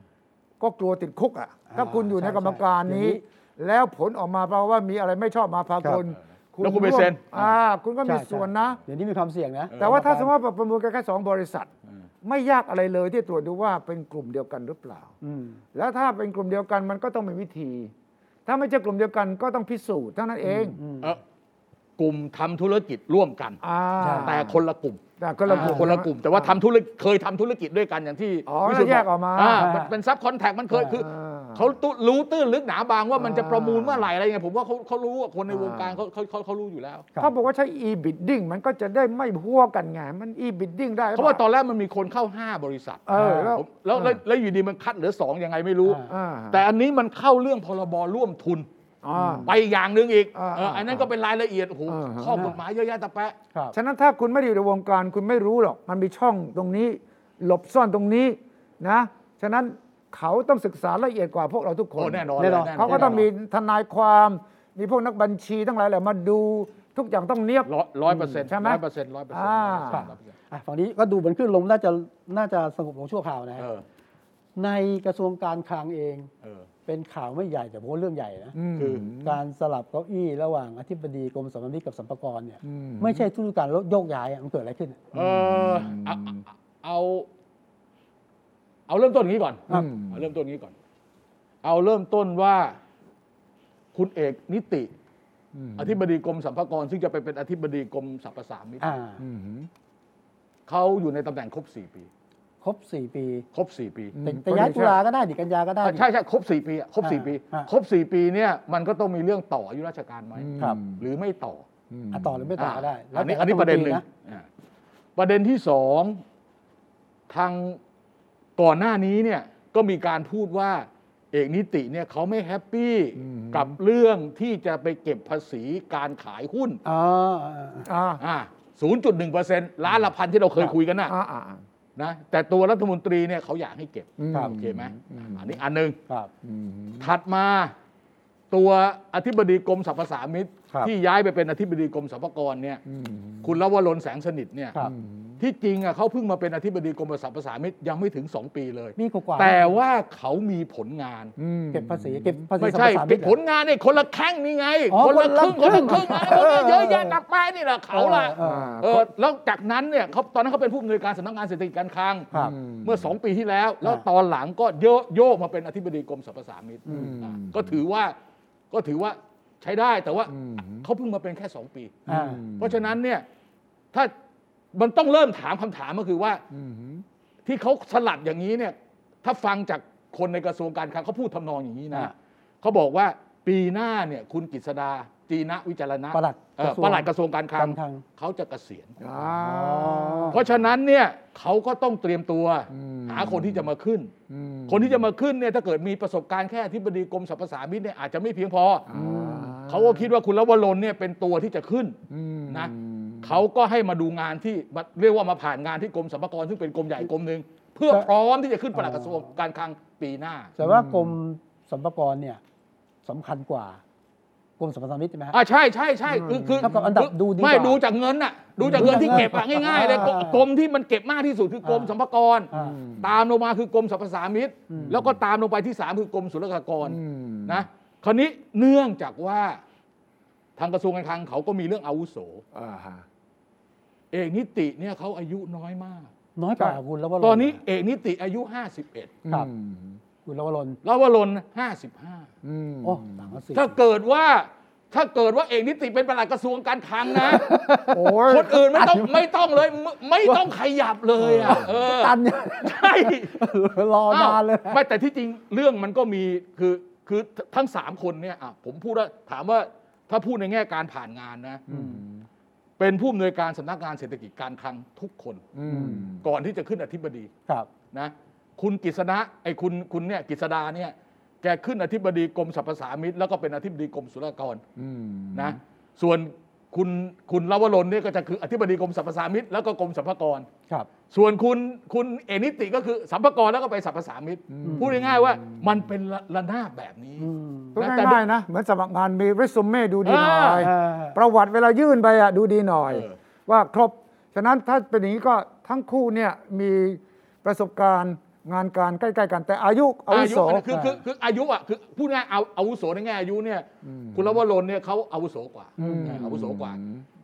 ก็กลัวติดคุกอ่ะถ้า อ่า คุณอยู่ใน ใช่ กรรมการนี้ ใช่ แล้วผลออกมาแปลว่ามีอะไรไม่ชอบมาพากล ครับ แล้วคุณไปเซ็น ร่วมอ่า คุณก็มี ใช่ ส่วนนะ เดี๋ยวนี้มีความเสี่ยงนะ แต่ว่าถ้าสมม กรรกร ติว่าประมูลกันแค่สองบริษัท เออ ไม่ยากอะไรเลยที่ตรวจดูว่าเป็นกลุ่มเดียวกันหรือเปล่า อืม แล้วถ้าเป็นกลุ่มเดียวกันมันก็ต้องมีวิธี ถ้าไม่ใช่กลุ่มเดียวกันก็ต้องพิสูจน์เท่านั้นเอง เออกลุ่มทำธุรกิจร่วมกัน อ่า ใช่ แต่คนละกลุ่ม แต่คนละกลุ่ม อ่าคนละกลุ่ม แต่ว่าทำธุรกิจเคยทำธุรกิจด้วยกันอย่างที่ อ๋อ วิสุทธิ์ แล้วแยกออกมา นเป็นซับคอนแทคมันเคยคือ อ่า เขาตุรู้ตื้นลึกหนาบางว่ามันจะประมูลเมื่อไหร่อะไรเงี้ยผมว่าเขาเขารู้อะคนใน อ่า วงการเขาเขาเขาเขารู้อยู่แล้ว ครับ เขาบอกว่าใช้ e-bidding มันก็จะได้ไม่หัวกันไงมัน e-bidding ได้ห เพ ปล่ ราะว่าตอนแรกมันมีคนเข้า 5 บริษัท เออแล้ว ผมแล้วแล้วแล้วอยู่ดีมันคัดเหลือ 2 ยังไงไม่รู้ อ่า แต่อันนี้มันเข้าเรื่องพรบร่วมทุน อ่า ไปอย่างหนึ่งอีก อ่า เอออันนั้นก็เป็นรายละเอียดโอ้โห อ่าฮะ ข้อกฎหมายเยอะแยะตะแปะ ครับ ฉะนั้นถ้าคุณไม่ได้อยู่ในวงการคุณไม่รู้หรอกมันมีช่องตรงนี้ หลบซ่อนตรงนี้นะฉะนั้นเขาต้องศึกษาละเอียดกว่าพวกเราทุกคน โอ้แน่นอน แน่นอน ลย เขาก็ต้องมีทนายความ มีพวกนักบัญชีทั้งหลายแหละมาดูทุกอย่างต้องเนียบ ร้อยเปอร์เซ็นต์ ใช่ไหม ร้อยเปอร์เซ็นต์ร้อยเปอร์เซ็นต์ อ่า อ่ะฝั่งนี้ก็ดูเหมือนขึ้นลมน่าจะน่าจะสงบลงชั่วคราวนะ เออ ในกระทรวงการคลังเอง เออ เป็นข่าวไม่ใหญ่แต่ผมว่าเรื่องใหญ่นะ ม คือ การสลับเก้าอี้ระหว่างอธิบดีกรมสรรพากรกับสัมภากรเนี่ย อืม ไม่ใช่ธุรการโยกย้ายอะมันเกิดอะไรขึ้นอะ เออเอาเอา เอาเริ่มต้นอย่างนี้ก่อน อืม เอาเริ่มต้นอย่างนี้ก่อน เอาเริ่มต้นว่า คุณเอกนิติ อธิบดีกรมสรรพากร ซึ่งจะไปเป็นอธิบดีกรมสรรพสามิต อ่า อืม เขาอยู่ในตำแหน่งครบสี่ปี ครบสี่ปี ครบสี่ปี แต่แต่ย้ายตุลาก็ได้ดิกันยาก็ได้ดิ ใช่ใช่ครบสี่ปีอะครบสี่ปี อ่า ครบสี่ปีเนี่ย มันก็ต้องมีเรื่องต่ออายุราชการไหม ครับ หรือไม่ต่อ อ่ะต่อหรือไม่ต่อก็ได้ อันนี้ แต่ อันนี้ประเด็นหนึ่ง ฐมต อ่าประเด็นที่สองทางก่อนหน้านี้เนี่ยก็มีการพูดว่าเอกนิติเนี่ยเขาไม่แฮปปี้กับเรื่องที่จะไปเก็บภาษีการขายหุ้น อ๋ออ่าอ่า อ่า อ่า0.1%ล้านละพันที่เราเคยคุยกันนะ อ่าอ่าอ่า นะแต่ตัวรัฐมนตรีเนี่ยเขาอยากให้เก็บ อืม ครับ โอเคไหมอันนี้อันหนึ่ง ครับ อืม ถัดมาตัวอธิบดีกรมสรรพสามิต ครับ ที่ย้ายไปเป็นอธิบดีกรมสรรพากรเนี่ย อืม คุณลวรนแสงสนิทเนี่ย ครับ ที่จริงอ่ะเขาเพิ่งมาเป็นอธิบดีกรมสรรพสามิตยังไม่ถึง 2 ปีเลย มีกว่าๆ แต่ว่าเขามีผลงาน อืม เก็บภาษีเก็บภาษี ไม่ใช่ สรรพสามิต เก็บผลงานนี่คนละแข้งนี่ไง อ๋อ คนละครึ่งคคนนละ ละคครึ่ รึ่ง ง อะไรพวกนี้เยอะแยะนักไปนี่แหละเขาล่ะ เออ เออแล้วจากนั้นเนี่ยเขาตอนนั้นเขาเป็นผู้อำนวยการสำนักงานเศรษฐกิจการคลัง ครับ เมื่อ 2 ปีที่แล้ว แล้ว อ่า ตอนหลังก็โยโยกมาเป็นอธิบดีกรมสรรพสามิต อืม อ่าก็ถือว่าก็ถือว่าใช้ได้แต่ว่า อืม เขาเพิ่งมาเป็นแค่ 2 ปี อ่า เพราะฉะนั้นเนี่ยถ้ามันต้องเริ่มถามคำถามก็คือว่า อืม ที่เขาสลัดอย่างนี้เนี่ย ถ้าฟังจากคนในกระทรวงการคลังเขาพูดทำนองอย่างนี้นะ อ่ะ เขาบอกว่าปีหน้าเนี่ย คุณกฤษดาจีนะวิจารณะ ปลัด เอ่อระกทรวง ประหลัดกระทรวงการคลั การ ง ทาง เขาจะเกษียณ อ่า เพราะฉะนั้นเนี่ยเขาก็ต้องเตรียมตัว อืม หาคนที่จะมาขึ้น อืม คนที่จะมาขึ้นเนี่ยถ้าเกิดมีประสบการณ์แค่ที่บดีกรมสรรพสามิตเนี่ยอาจจะไม่เพียงพออ อ่ เขาก็คิดว่าคุณลวรนเนี่ยเป็นตัวที่จะขึ้น อืม นะ เขาก็ให้มาดูงานที่มาเรียกว่ามาผ่านงานที่กรมสรรพากรซึ่งเป็นกรมใหญ่กรมหนึ่งเพื่อ แต่ พร้อมที่จะขึ้นปลัดกระทรวงการคลังปีหน้า แต่ว่ากรมสรรพากรเนี่ยสำคัญกว่ากรมสรรพสามิตใช่ไหมฮะ อ่าใช่ใช่ใช่คือคือ เท่ากับอันดับดูดีกว่า ไม่ดูจากเงินน่ะดูจากเงินที่เก็บอะง่ายๆเลย อ่าก รมที่มันเก็บมากที่สุดคือกรม อ่า สรรพากร อ่า ตามลงมาคือกรมสรรพสามิต อืม แล้วก็ตามลงไปที่ 3 คือกรมศุลกากร อืม นะคราวนี้เนื่องจากว่าทางกระทรวงการคลังเขาก็มีเรื่องอาวุโส อ่าฮะ เอกนิติเนี่ยเขาอายุน้อยมาก น้อยกว่า ใช่ คุณแล้วว่า ตอนนี้เอกนิติอายุ 51 ครับ อืม คุณลวรน ลาวลนห้าสิบห้า อืม โอ้ต่างกันสี่ ถ้าเกิดว่าถ้าเกิดว่าเอกนิติเป็นประหลัดกระทรวงการคลังนะ โอ้ย คนอื่นไม่ต้องไม่ต้องเลยไม่ไม่ต้องขยับเลยอ่ะเออ ตันเนี่ย ใช่ รอนานเลย อ้วไม่แต่ที่จริงเรื่องมันก็มีคือคือทั้งสามคนเนี่ยอ่ะผมพูดว่าถามว่าถ้าพูดในแง่การผ่านงานนะ อืม เป็นผู้อำนวยการสำนักงานเศรษฐกิจการคลังทุกคน อืม ก่อนที่จะขึ้นอธิบดี ครับ นะคุณกฤษณะไอ้คุณคุณเนี่ยกฤษดาเนี่ยแกขึ้นอธิบดีกรมสรรพสามิตแล้วก็เป็นอธิบดีกรมศุลกากร อืม นะส่วนคุณคุณลวรนเนี่ยก็จะคืออธิบดีกรมสรรพสามิตแล้วก็กรมสรรพากร ครับ ส่วนคุณคุณเอนิติก็คือสัมภากรแล้วก็ไปสัมภาษามิตรพูดง่ายๆว่ามันเป็นระระนาบแบบนี้ อืม พูด แต่ ง่ายๆนะ เหมือนสมัครงานมีเรซูเม่ดูดีหน่อย เอ่อ ประวัติเวลายื่นไปอ่ะดูดีหน่อย เออ ว่าครบ ฉะนั้นถ้าเป็นอย่างนี้ก็ทั้งคู่เนี่ยมีประสบการณ์งานการใกล้ๆกันแต่อายุอาวุ อายุ โส มันคือคือคืออายุอ่ะคือพูดง่ายๆเอาอาวุโสในแง่อายุเนี่ยคุณลวรนเนี่ยเขาอาวุโสกว่า อืม อาวุโสกว่า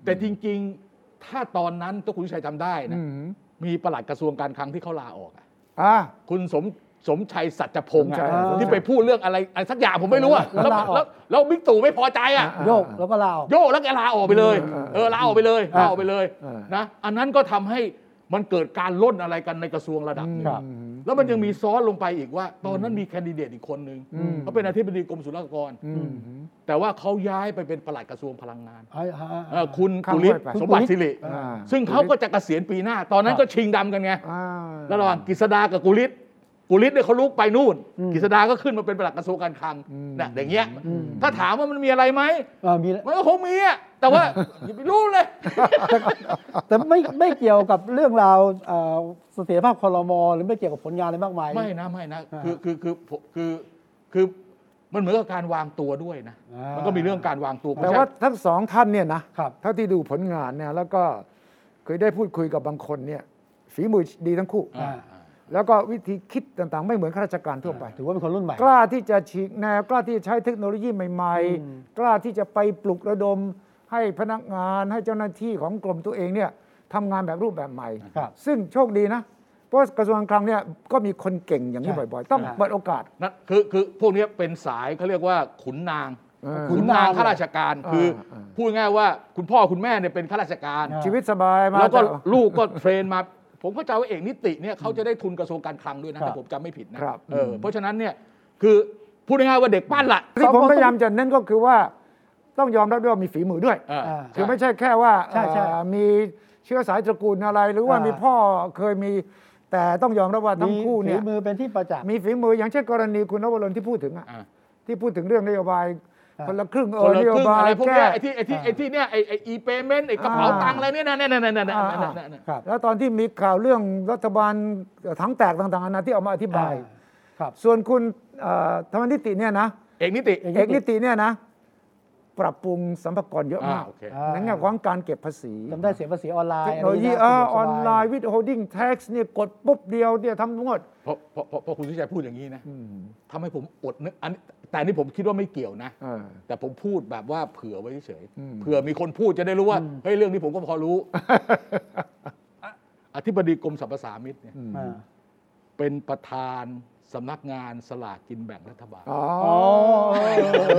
แต่จริงๆ ถ้าตอนนั้นตัวคุณชัยจำได้นะ อืม มีประหลัดกระทรวงการคลังที่เขาลาออกอะ อ่า คุณสมสมชัยสัจพงษ์อะ สมชัย ที่ไปพูดเรื่องอะไรอะไรสักอย่างผมไม่รู้อะแล้วแล้วแล้วบิ๊กตู่ไม่พอใจอะ อ่า โยกแล้วก็ลาว โยกแล้วแกลาออกไปเลย เออ เออลาออกไปเลย อ่ะ ลาออกไปเลย เออ นะอันนั้นก็ทำให้มันเกิดการล่นอะไรกันในกระทรวงระดับหนึ่ง ครับ แล้วมันยังมีซ้อนลงไปอีกว่า ตอนนั้นมีแคนดิเดตอีกคนนึงเขาเป็นอธิบดีกรมศุลกากร อืม แต่ว่าเขาย้ายไปเป็นปลัดกระทรวงพลังงาน เฮ้ยฮะ เอ่อคุณ ข้าม กุลิศ ห้วยไป สมบัติสิริ อ่า ซึ่งเขาก็จะเกษียณปีหน้า ตอนนั้นก็ชิงดำกันไง อ่า แล้วระหว่างกฤษดากับกุลิศกุลิศเนี่ยเขาลุกไปนู่น กฤษดาก็ขึ้นมาเป็นปลัดกระทรวงการคลังนะอย่างเงี้ยถ้าถามว่ามันมีอะไรไหม เอ่อมีแล้ว มันก็คงมีอะแต่ว่า อย่าไปรู้เลย แต่ไม่ไม่เกี่ยวกับเรื่องราวเอ่อเสถียรภาพคอรมอหรือไม่เกี่ยวกับผลงานอะไรมากมาย ไม่นะไม่นะ อ่า คือคือคือผมคือคือมันเหมือนกับการวางตัวด้วยนะ อ่ามั มันก็มีเรื่องการวางตัว แต่ว่า คุณชัย ทั้งสองท่านเนี่ยนะ ครับ เท่าที่ดูผลงานเนี่ยแล้วก็เคยได้พูดคุยกับบางคนเนี่ยฝีมือดีทั้งคู่ อ่า แล้วก็วิธีคิดต่างๆ ไม่เหมือนข้าราชการทั่วไป ถือว่าเป็นคนรุ่นใหม่ กล้าที่จะฉีกแนวกล้าที่จะใช้เทคโนโลยีใหม่ อืม ๆ กล้าที่จะไปปลุกระดม ให้พนักงานให้เจ้าหน้าที่ของกรมตัวเองเนี่ยทำงานแบบรูปแบบใหม่ ครับ ซึ่งโชคดีนะ เพราะกระทรวงการคลังเนี่ยก็มีคนเก่งอย่างนี้ ใช่ บ่อยๆ ต้อง ใช่ เปิดโอกาส นั่นคือคือพวกเนี้ยเป็นสายเขาเรียกว่าขุนนาง เออ ขุนนางข้าราชการ เออ คือ เออ พูดง่ายว่าคุณพ่อคุณแม่เนี่ยเป็นข้าราชการ อ่า ชีวิตสบายมา แล้วก็ จา ลูกก็เทรนมา ผมเข้าใจว่าเอกนิติเนี่ยเขาจะได้ทุนกระทรวงการคลังด้วยนะครับ ถ้าผมจำไม่ผิดนะครับ เออเพราะฉะนั้นเนี่ยคือพูดง่ายๆว่าเด็กปั้นละ ที่ผมพยายามจะเน้นก็คือว่าต้องยอมรับด้วยว่ามีฝีมือด้วย เออ อ่า คือไม่ใช่แค่ว่า ใช่ใช่ เอ่อมีเชื้อสายตระกูลอะไร หรือว่า อ่ามี มีพ่อเคยมี แต่ต้องยอมรับว่าทั้งคู่เนี่มียฝีมือเป็นที่ประจักษ์ มีฝีมืออย่างเช่นกรณีคุณนวรนที่พูดถึงอะ อ่า ที่พูดถึงเรื่องนโยบาย อ่า คนละครึ่งเอ คน อ ละ น ค โย รึ่ง บาย อะไรพวก แก้ เนี้ยไอ้ที่ไอ้ที่ไอ้ที่เนี่ยไอ้ไอ้ e payment ไอ้กระเป๋า อ่า ตังค์อะไรเนี่ยนะเนี่ยเนี่ยเนี่ยเนี่ยเนี่ยเนี่ยเนี่ย ครับ แล้วตอนที่มีข่าวเรื่องรัฐบาลทั้งแตกต่างๆนานาที่เอามาอธิบาย อ่ครับ ส่วนคุณเอ่อธรรมนิติเนี่ยนะ เอกนิติ เอกนิติเนี่ยนะปรับปรุงสัมภากรเยอ่ามอะาก โอเค อ่า ในแง่ของการเก็บภาษี จำได้เสียภาษีออนไลน์ เทคโนโลยี ะ เอ ไะ อ สะดวกสบาย ออนไลน์วิดโฮดิ้งแท็กซ์เนี่ยกดปุ๊บเดียวเนี่ยทำทั้งหมด พอพอพอพอคุณสุชัยพูดอย่างนี้นะทำให้ผมอดนึกอันแต่อันนี่ผมคิดว่าไม่เกี่ยวนะ แต่ผมพูดแบบว่าเผื่อไว้เฉยๆ อืม เผื่อมีคนพูดจะได้รู้ว่าเฮ้ยเรื่องนี้ผมก็พอรู้ อธิบดีกรมสรรพสามิตเนี่ย อ่า เป็นประธานสำนักงานสลากกินแบ่งรัฐบาล อ๋อ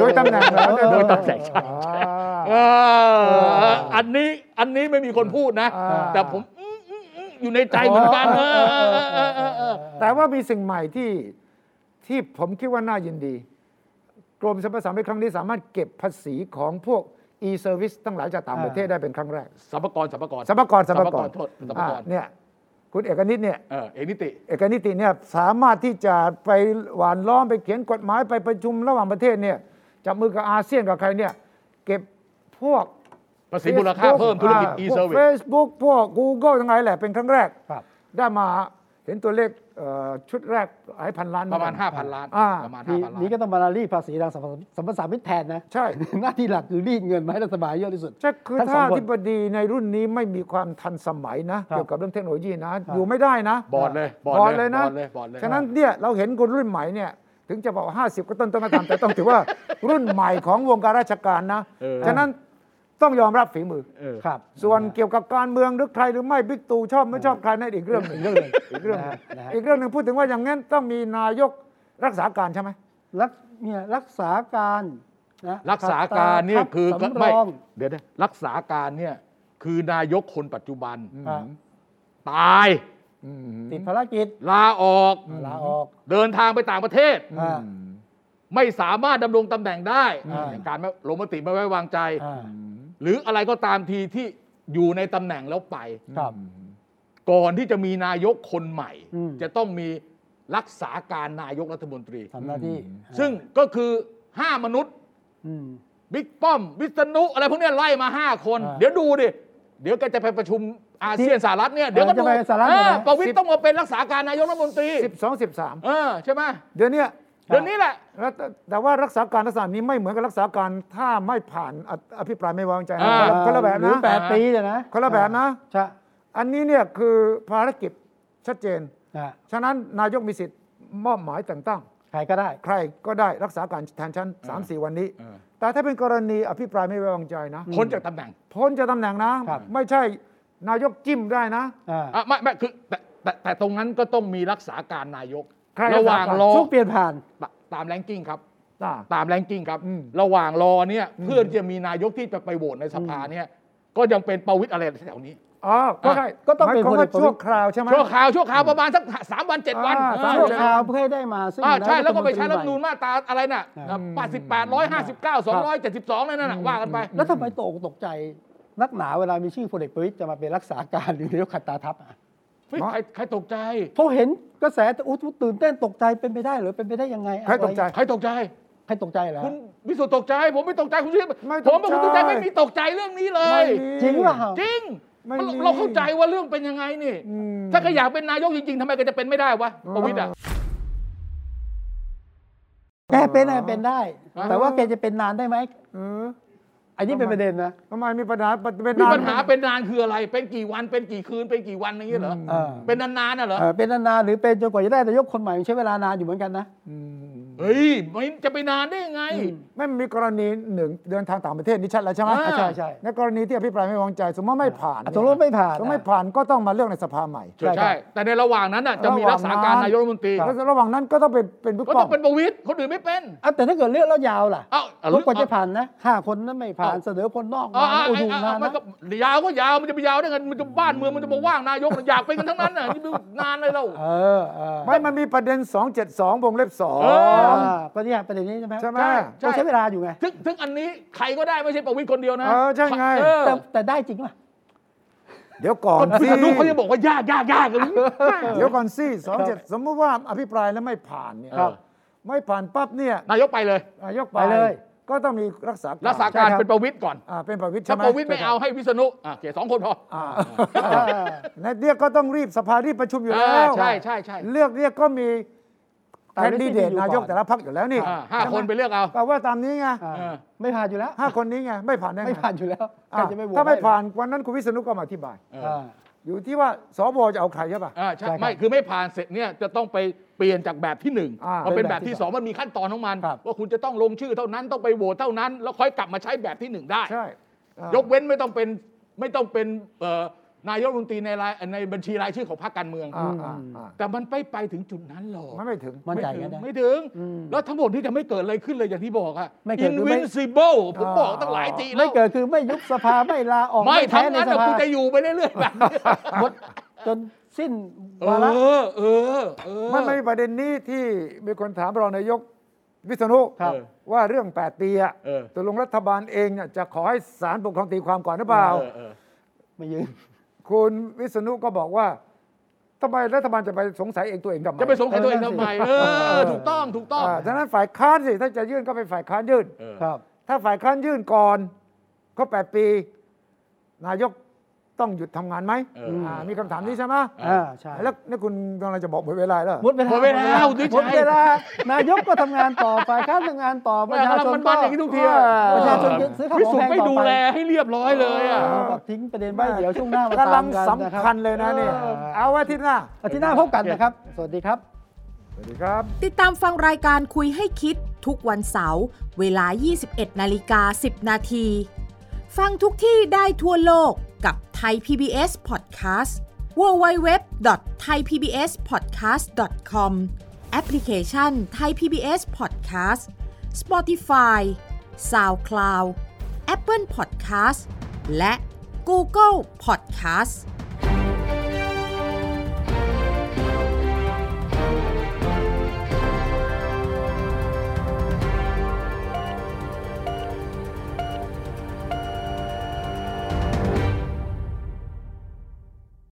โดยตำแหน่งเหรอ โดยตำแหน่งใช่ อ๋อ เอออันนี้อันนี้ไม่มีคนพูดนะ อ่า แต่ผมอื้ออื้ออื้ออยู่ในใจเหมือนกันเออเออเออเออเออ แต่ว่ามีสิ่งใหม่ที่ที่ผมคิดว่าน่ายินดี กรมสรรพสามิตครั้งนี้สามารถเก็บภาษีของพวก e-service ทั้งหลายจากต่างประเทศได้เป็นครั้งแรก สัมภากรสัมภากร สรรพากรสรรพากร โทษสัมภากร อ่ะเนี่ยคุณเอกนิตเนี่ย เออเอกนิติ เอกนิติเนี่ยสามารถที่จะไปหวานล้อมไปเขียนกฎหมายไปประชุมระหว่างประเทศเนี่ยจับมือกับอาเซียนกับใครเนี่ยเก็บพวก ภาษีมูลค่า Facebook เพิ่มธุรกิจ า e พว service Facebook พวก Google ทั้งหลายแหละเป็นครั้งแรก ครับ ได้มาเห็นตัวเลขเอ่อชุดแรกหลายพันล้าน ประมาณ เหอนกัน 5,000 ล้าน อ่า ประมาณ นี่ 5,000ล้า นี่ น ก็ต้องมารีดภาษีทางสัมปสัมปทานมิตรแทนนะ ใช่ หน้าที่หลักคือรีดเงินมาให้รัฐบาลเยอะที่สุด ใช่คือ ทั้งส ถ้า องคน อธิบดีในรุ่นนี้ไม่มีความทันสมัยนะ ครับ เกี่ยวกับเรื่องเทคโนโลยีนะ ครับ อยู่ไม่ได้นะ บอดเลย บอดเลยนะ บอดเลยบอดเลย ฉะนั้นเนี่ยเราเห็นคนรุ่นใหม่เนี่ยถึงจะบอกว่า50 ก็ต้นต้นก็ตามแต่ต้องถือว่า รุ่นใหม่ของวงการราชการนะ เออ ฉะนั้นต้องยอมรับฝีมือ เออ ครับ ส่วนเกี่ยวกับการเมืองหรือใครหรือไม่บิ๊กตู่ชอบไม่ชอบใครนั่นอีกเรื่องหนึ่ง เรื่องหนึ่ง อีกเรื่องหนึ่ง นะฮะ อีกเรื่องหนึ่งพูดถึงว่าอย่างนั้นต้องมีนายก รักษาการใช่ไหม รักเนี่ยรักษาการนะ รักษาการเนี่ย ขัดตา คือ ขัดสำร ไม่ อง เดี๋ยวนะรักษาการเนี่ยคือนายกคนปัจจุบัน ฮะ ตาย อืม ติดภารกิจ ลาออก ลาออก เดินทางไปต่างประเทศ อ่า อืม ไม่สามารถดำรงตำแหน่งได้ อ่า อย่างการไม่ลงมติไม่ไว้วางใจ อ่า อืม หรืออะไรก็ตามทีที่อยู่ในตำแหน่งแล้วไป ครับ ก่อนที่จะมีนายกคนใหม่ อืม จะต้องมีรักษาการนายกรัฐมนตรี ทำหน้าที่ ซึ่งก็คือ 5 มนุษย์ อืม บิ๊กป้อม วิษณุอะไรพวกเนี้ยไล่มา 5 คน อ่า เดี๋ยวดูดิ เดี๋ยวแก็จะไปประชุมอาเซียนสหรัฐเนี่ย เดี๋ยวก็ดู จะไปสหรัฐ เอ เหร อ อ ประวิตรต้องมาเป็นรักษาการนายกรัฐมนตรี สิบสองสิบสาม เออใช่ไหม เดี๋ยวเนี้ย เดี๋ยวนี้แหละ แล้วแต่แต่ว่ารักษาการลักษณะนี้ไม่เหมือนกับรักษาการถ้าไม่ผ่านออภิปรายไม่ไว้วางใจนะ อ่า คนละคนละแบบ หรือ นะ แปดปีเนี่ยนะ คนละแบบนะ ใช่ อันนี้เนี่ยคือภารกิจชัดเจน อ่ะ ฉะนั้นนายกมีสิทธิ์มอบหมายแต่งตั้ง ใครก็ได้ ใครก็ได้รักษาการแทนชั้นสามสี่วันนี้ เออ แต่ถ้าเป็นกรณีอภิปรายไม่ไว้วางใจนะ พ้นจากตำแหน่ง พ้นจากตำแหน่งนะ ครับ ไม่ใช่นายกจิ้มได้นะ อ่า อ่ะไม่ไม่คือแต่แต่แต่ตรงนั้นก็ต้องมีรักษาการนายก ใครรักษาการ ระหว่างรอ ช่วงเปลี่ยนผ่าน ตตามแรงกิ้งครับ อ่า ตามแรงกิ้งครับ อืม ระหว่างรอเนี่ยเพื่อที่จะมีนายกที่จะไปโหวตในสภาเนี่ย ก็ยังเป็นประวิตรอะไรแถวนี้ อ๋อก็ได้ ก็ต้องเป็น หมายความว่า คนเอกประวิตร ชั่วคราวใช่ไหม ชั่วคราวชั่วคราวประมาณสักสามวันเจ็ดวัน อ่า เออ ชั่วคราวเพื่อให้ได้มาซึ่ง อ่าใช่แล้วก็ไป นาย ใช้รัฐธรรมนู ฐ ญ มต มาตราอะไรน่ะ อืม แปดสิบแปดร้อยห้าสิบเก้าสองร้อยเจ็ดสิบสองนั่นน่ะว่ากันไป รีแล้วทำไมตกตกใจนักหนาเวลามีชื่อพลเอกประวิตยจะมาเป็นรักษาการ หรือนายกขัดตาทัพอ่ะ เฮ้ยใครใครตกใจ เพราะเห็นกระแสอุ๊ยตื่นเต้นตกใจเป็นไปได้เหรือเป็นไปได้ยังไงอะ ใครตกใจ ใครตกใจ ใครตกใจเหรอ คุณวิสุทธ์ตกใจ ผมไม่ตกใจคุณชื่อ ไม่ ผ ตกใจ มกับคุณตกใจไม่มีตกใจเรื่องนี้เลย ไม่มี จริงหรือเปล่า จริง ไม่ เรา มี เราเข้าใจว่าเรื่องเป็นยังไงนี่ อืม ถ้าใครอยากเป็นนายกจริงๆทำไมก็จะเป็นไม่ได้วะประวิตรอ่ะ แกเป็นอะเป็นได้ อ่า แต่ว่าแกจะเป็นนานได้ไหม เออ อันนี้เป็นประเด็นนะ ทำไมมีปัญหาเป็น มี นาน ปัญหาเป็นนานคืออะไร เป็นกี่วันเป็นกี่คืนเป็นกี่วันอย่างเงี้ยเหรอ เออ เป็นนานๆน่ะเหรอ เออเป็นนานๆหรือเป็นจนกว่าจะได้นายกคนใหม่มันใช้เวลานานอยู่เหมือนกันนะ อืม เฮ้ยมันจะไปนานได้ยังไง ไม่มีกรณีหนึ่งเดินทางต่างประเทศนี่ชัดแล้วใช่ไหม อ่า ใช่ใช่ ในกรณีที่อภิปรายไม่วางใจสมมติไม่ผ่าน สมมติไม่ผ่าน สมมติไม่ผ่านก็ต้องมาเลือกในสภาใหม่ ใช่ ใช่ ใช่ แต่ในระหว่างนั้นน่ะจะมีรักษาการนายกรัฐมนตรี แล้วระหว่างนั้นก็ต้องเป็นเป็นผู้ ก็ ป้ ต้ อ อง ง เป็นประวิตรคนอื่นไม่เป็น อ่ะแต่ถ้าเกิดเลือกแล้วยาวล่ะ เอ้าเอา ทุกคน เอา จะผ่านนะห้าคนนั้นไม่ผ่าน เอา เสนอคนนอก อ๋ มา อ โอ้ดูนาน มัน นะ ก็ยาวก็ยาวมันจะไปยาวได้ไงมันจะบ้านเมืองมันจะมาว่างนายกน่ะอยากเป็นกันทั้งนั้นน่ะนี่มันนานเลยเรา เออเออ ไม่มันมีประเด็น 272วงเล็บสอง เอ เออก็เนี่ยประเด็นนี้ใช่ไหม ใช่ไหม ต้องใช้เวลาอยู่ไง ถึงถึงอันนี้ใครก็ได้ไม่ใช่ประวิตรคนเดียวนะ เออใช่ไง เออ แต่แต่ได้จริงป่ะ เดี๋ยวก่อน ก็คุ สิ ณอนุเขาจะบอกว่ายากยากยากกัน เดี๋ยวก่อนสิ27 สมมติว่าอภิปรายแล้วไม่ผ่านเนี่ย ครับ ไม่ผ่านปั๊บเนี่ย นายกไปเลย นายก ไปเลย ก็ต้องมีรักษาการ รักษาการเป็นประวิตรก่อน อ่าเป็นประวิตรใช่ ถ้า ไหม ประวิตรไม่เอาให้วิษณุอ่ะโอเคสองคนพอ อ่า เออ ในเรียกก็ต้องรีบสภารีบประชุมอยู่ เอ แล้ อ ว ใช่ใช่ใช่ เลือกเรียกก็มี ตาม แคนดิเดต ที่มีอยู่ นายก ก่อน แต่ละพรรคอยู่แล้วนี่ อ่าห้า ใช่ไม คนไปเลือกเอา แปลว่าตามนี้ไง อ่า เออ ไม่ผ่านอยู่แล้ว ห้าคนนี้ไงไม่ผ่านได้ไง ไม่ผ่านอยู่แล้วใคร อ่า จะไม่โหวต ถ้าไม่ ให้ ผ่านวันนั้นคุณวิษณุก็มาอธิบาย เออ อ่า อยู่ที่ว่าสวจะเอาใครใช่ป่ะ อ่าใช่ ใช่ครับ ไม่คือไม่ผ่านเสร็จเนี่ยจะต้องไปเปลี่ยนจากแบบที่หนึ่ง อ่า มาเป็นแบบ เป็นแบบที่ ที่สองมันมีขั้นตอนของมัน ครับ ว่าคุณจะต้องลงชื่อเท่านั้นต้องไปโหวตเท่านั้น แล้วค่อยกลับมาใช้แบบที่หนึ่งได้ ใช่อ่าย กเว้นไม่ต้องเป็นไม่ต้องเป็นเอ่อนายกรัฐมนตรีในรายในบัญชีรายชื่อของพรรคการเมือง อ่าอ่าอ่า แต่มันไม่ไปถึงจุดนั้นหรอก มันไม่ถึง มั่นใจ ถึ กัน ง นะ ไม่ถึง อืม แล้วทั้งหมดที่จะไม่เกิดอะไรขึ้นเลยอย่างที่บอกอะ ไม่เกิดคือไม่ invincible ผม อ่า บอกตั้งหลายทีแล้ ไม่ ว เกิดคือไม่ยุบสภาไม่ลาออก ไม่ แพ้ ทั้ง ใน นั้น ส อะ ภา คุณจะอยู่ไปเรื่อยๆแบบนี้ หมดจนสิ้น เอ วาระ อเออเออ มันไม่มีประเด็นนี้ที่มีคนถามรองนายกวิษณุ ครับ ว่าเรื่อง 8 ปีอะ เออ ตกลงรัฐบาลเองเนี่ยจะขอให้ศาลปกครองตีความก่อนหรือเปล่า เออเออ ไม่ยืน คุณวิษณุก็บอกว่าทำไมรัฐบาลจะไปสงสัยเองตัวเองทำไม จะไปสงสัยตัวเองทำไมเออ ถูกต้องถูกต้อง อ่าฉะนั้นฝ่ายค้านสิถ้าจะยื่นก็เป็นฝ่ายค้านยื่น เออ ครับ ถ้าฝ่ายค้านยื่นก่อนครบ8ปี นายกต้องหยุดทำงานไหม เออ อ่ามีคำถามนี้ใช่ไหม เอออ่ อ่าใช่ แล้วนี่คุณกำลังจะบอกหมดเวลาแล้ว หมดเวลา หมดเวลาคุณชัย หมดเวลานายกก็ทำงานต่อฝ่ายค้านทำงานต่อประชาชน มัน ก็ บ้านอย่างนี้ทุกทีอ ประชาชน เออ ซื้อข้าว วิ ของ สุแพทง ธ์ไม่ ต่อไป ดูแลให้เรียบร้อยเลยอ่ะ เราก็ทิ้งประเด็นไว้เดี๋ยวช่วงหน้ามาตามกัน กำลัง นะครับ สำคัญเลยนะเนี่ย เออ เอาไว้ที่หน้า อาทิตย์หน้าพบกันนะครับ สวัสดีครับ สวัสดีครับ ติดตามฟังรายการคุยให้คิดทุกวันเสาร์เวลา 21นาฬิกา10 นาที ฟังทุกที่ได้ทั่วโลกกับ ไทย PBS Podcast www.thaipbspodcast.com แอปพลิเคชันไทย PBS Podcast Spotify SoundCloud Apple Podcast และ Google Podcast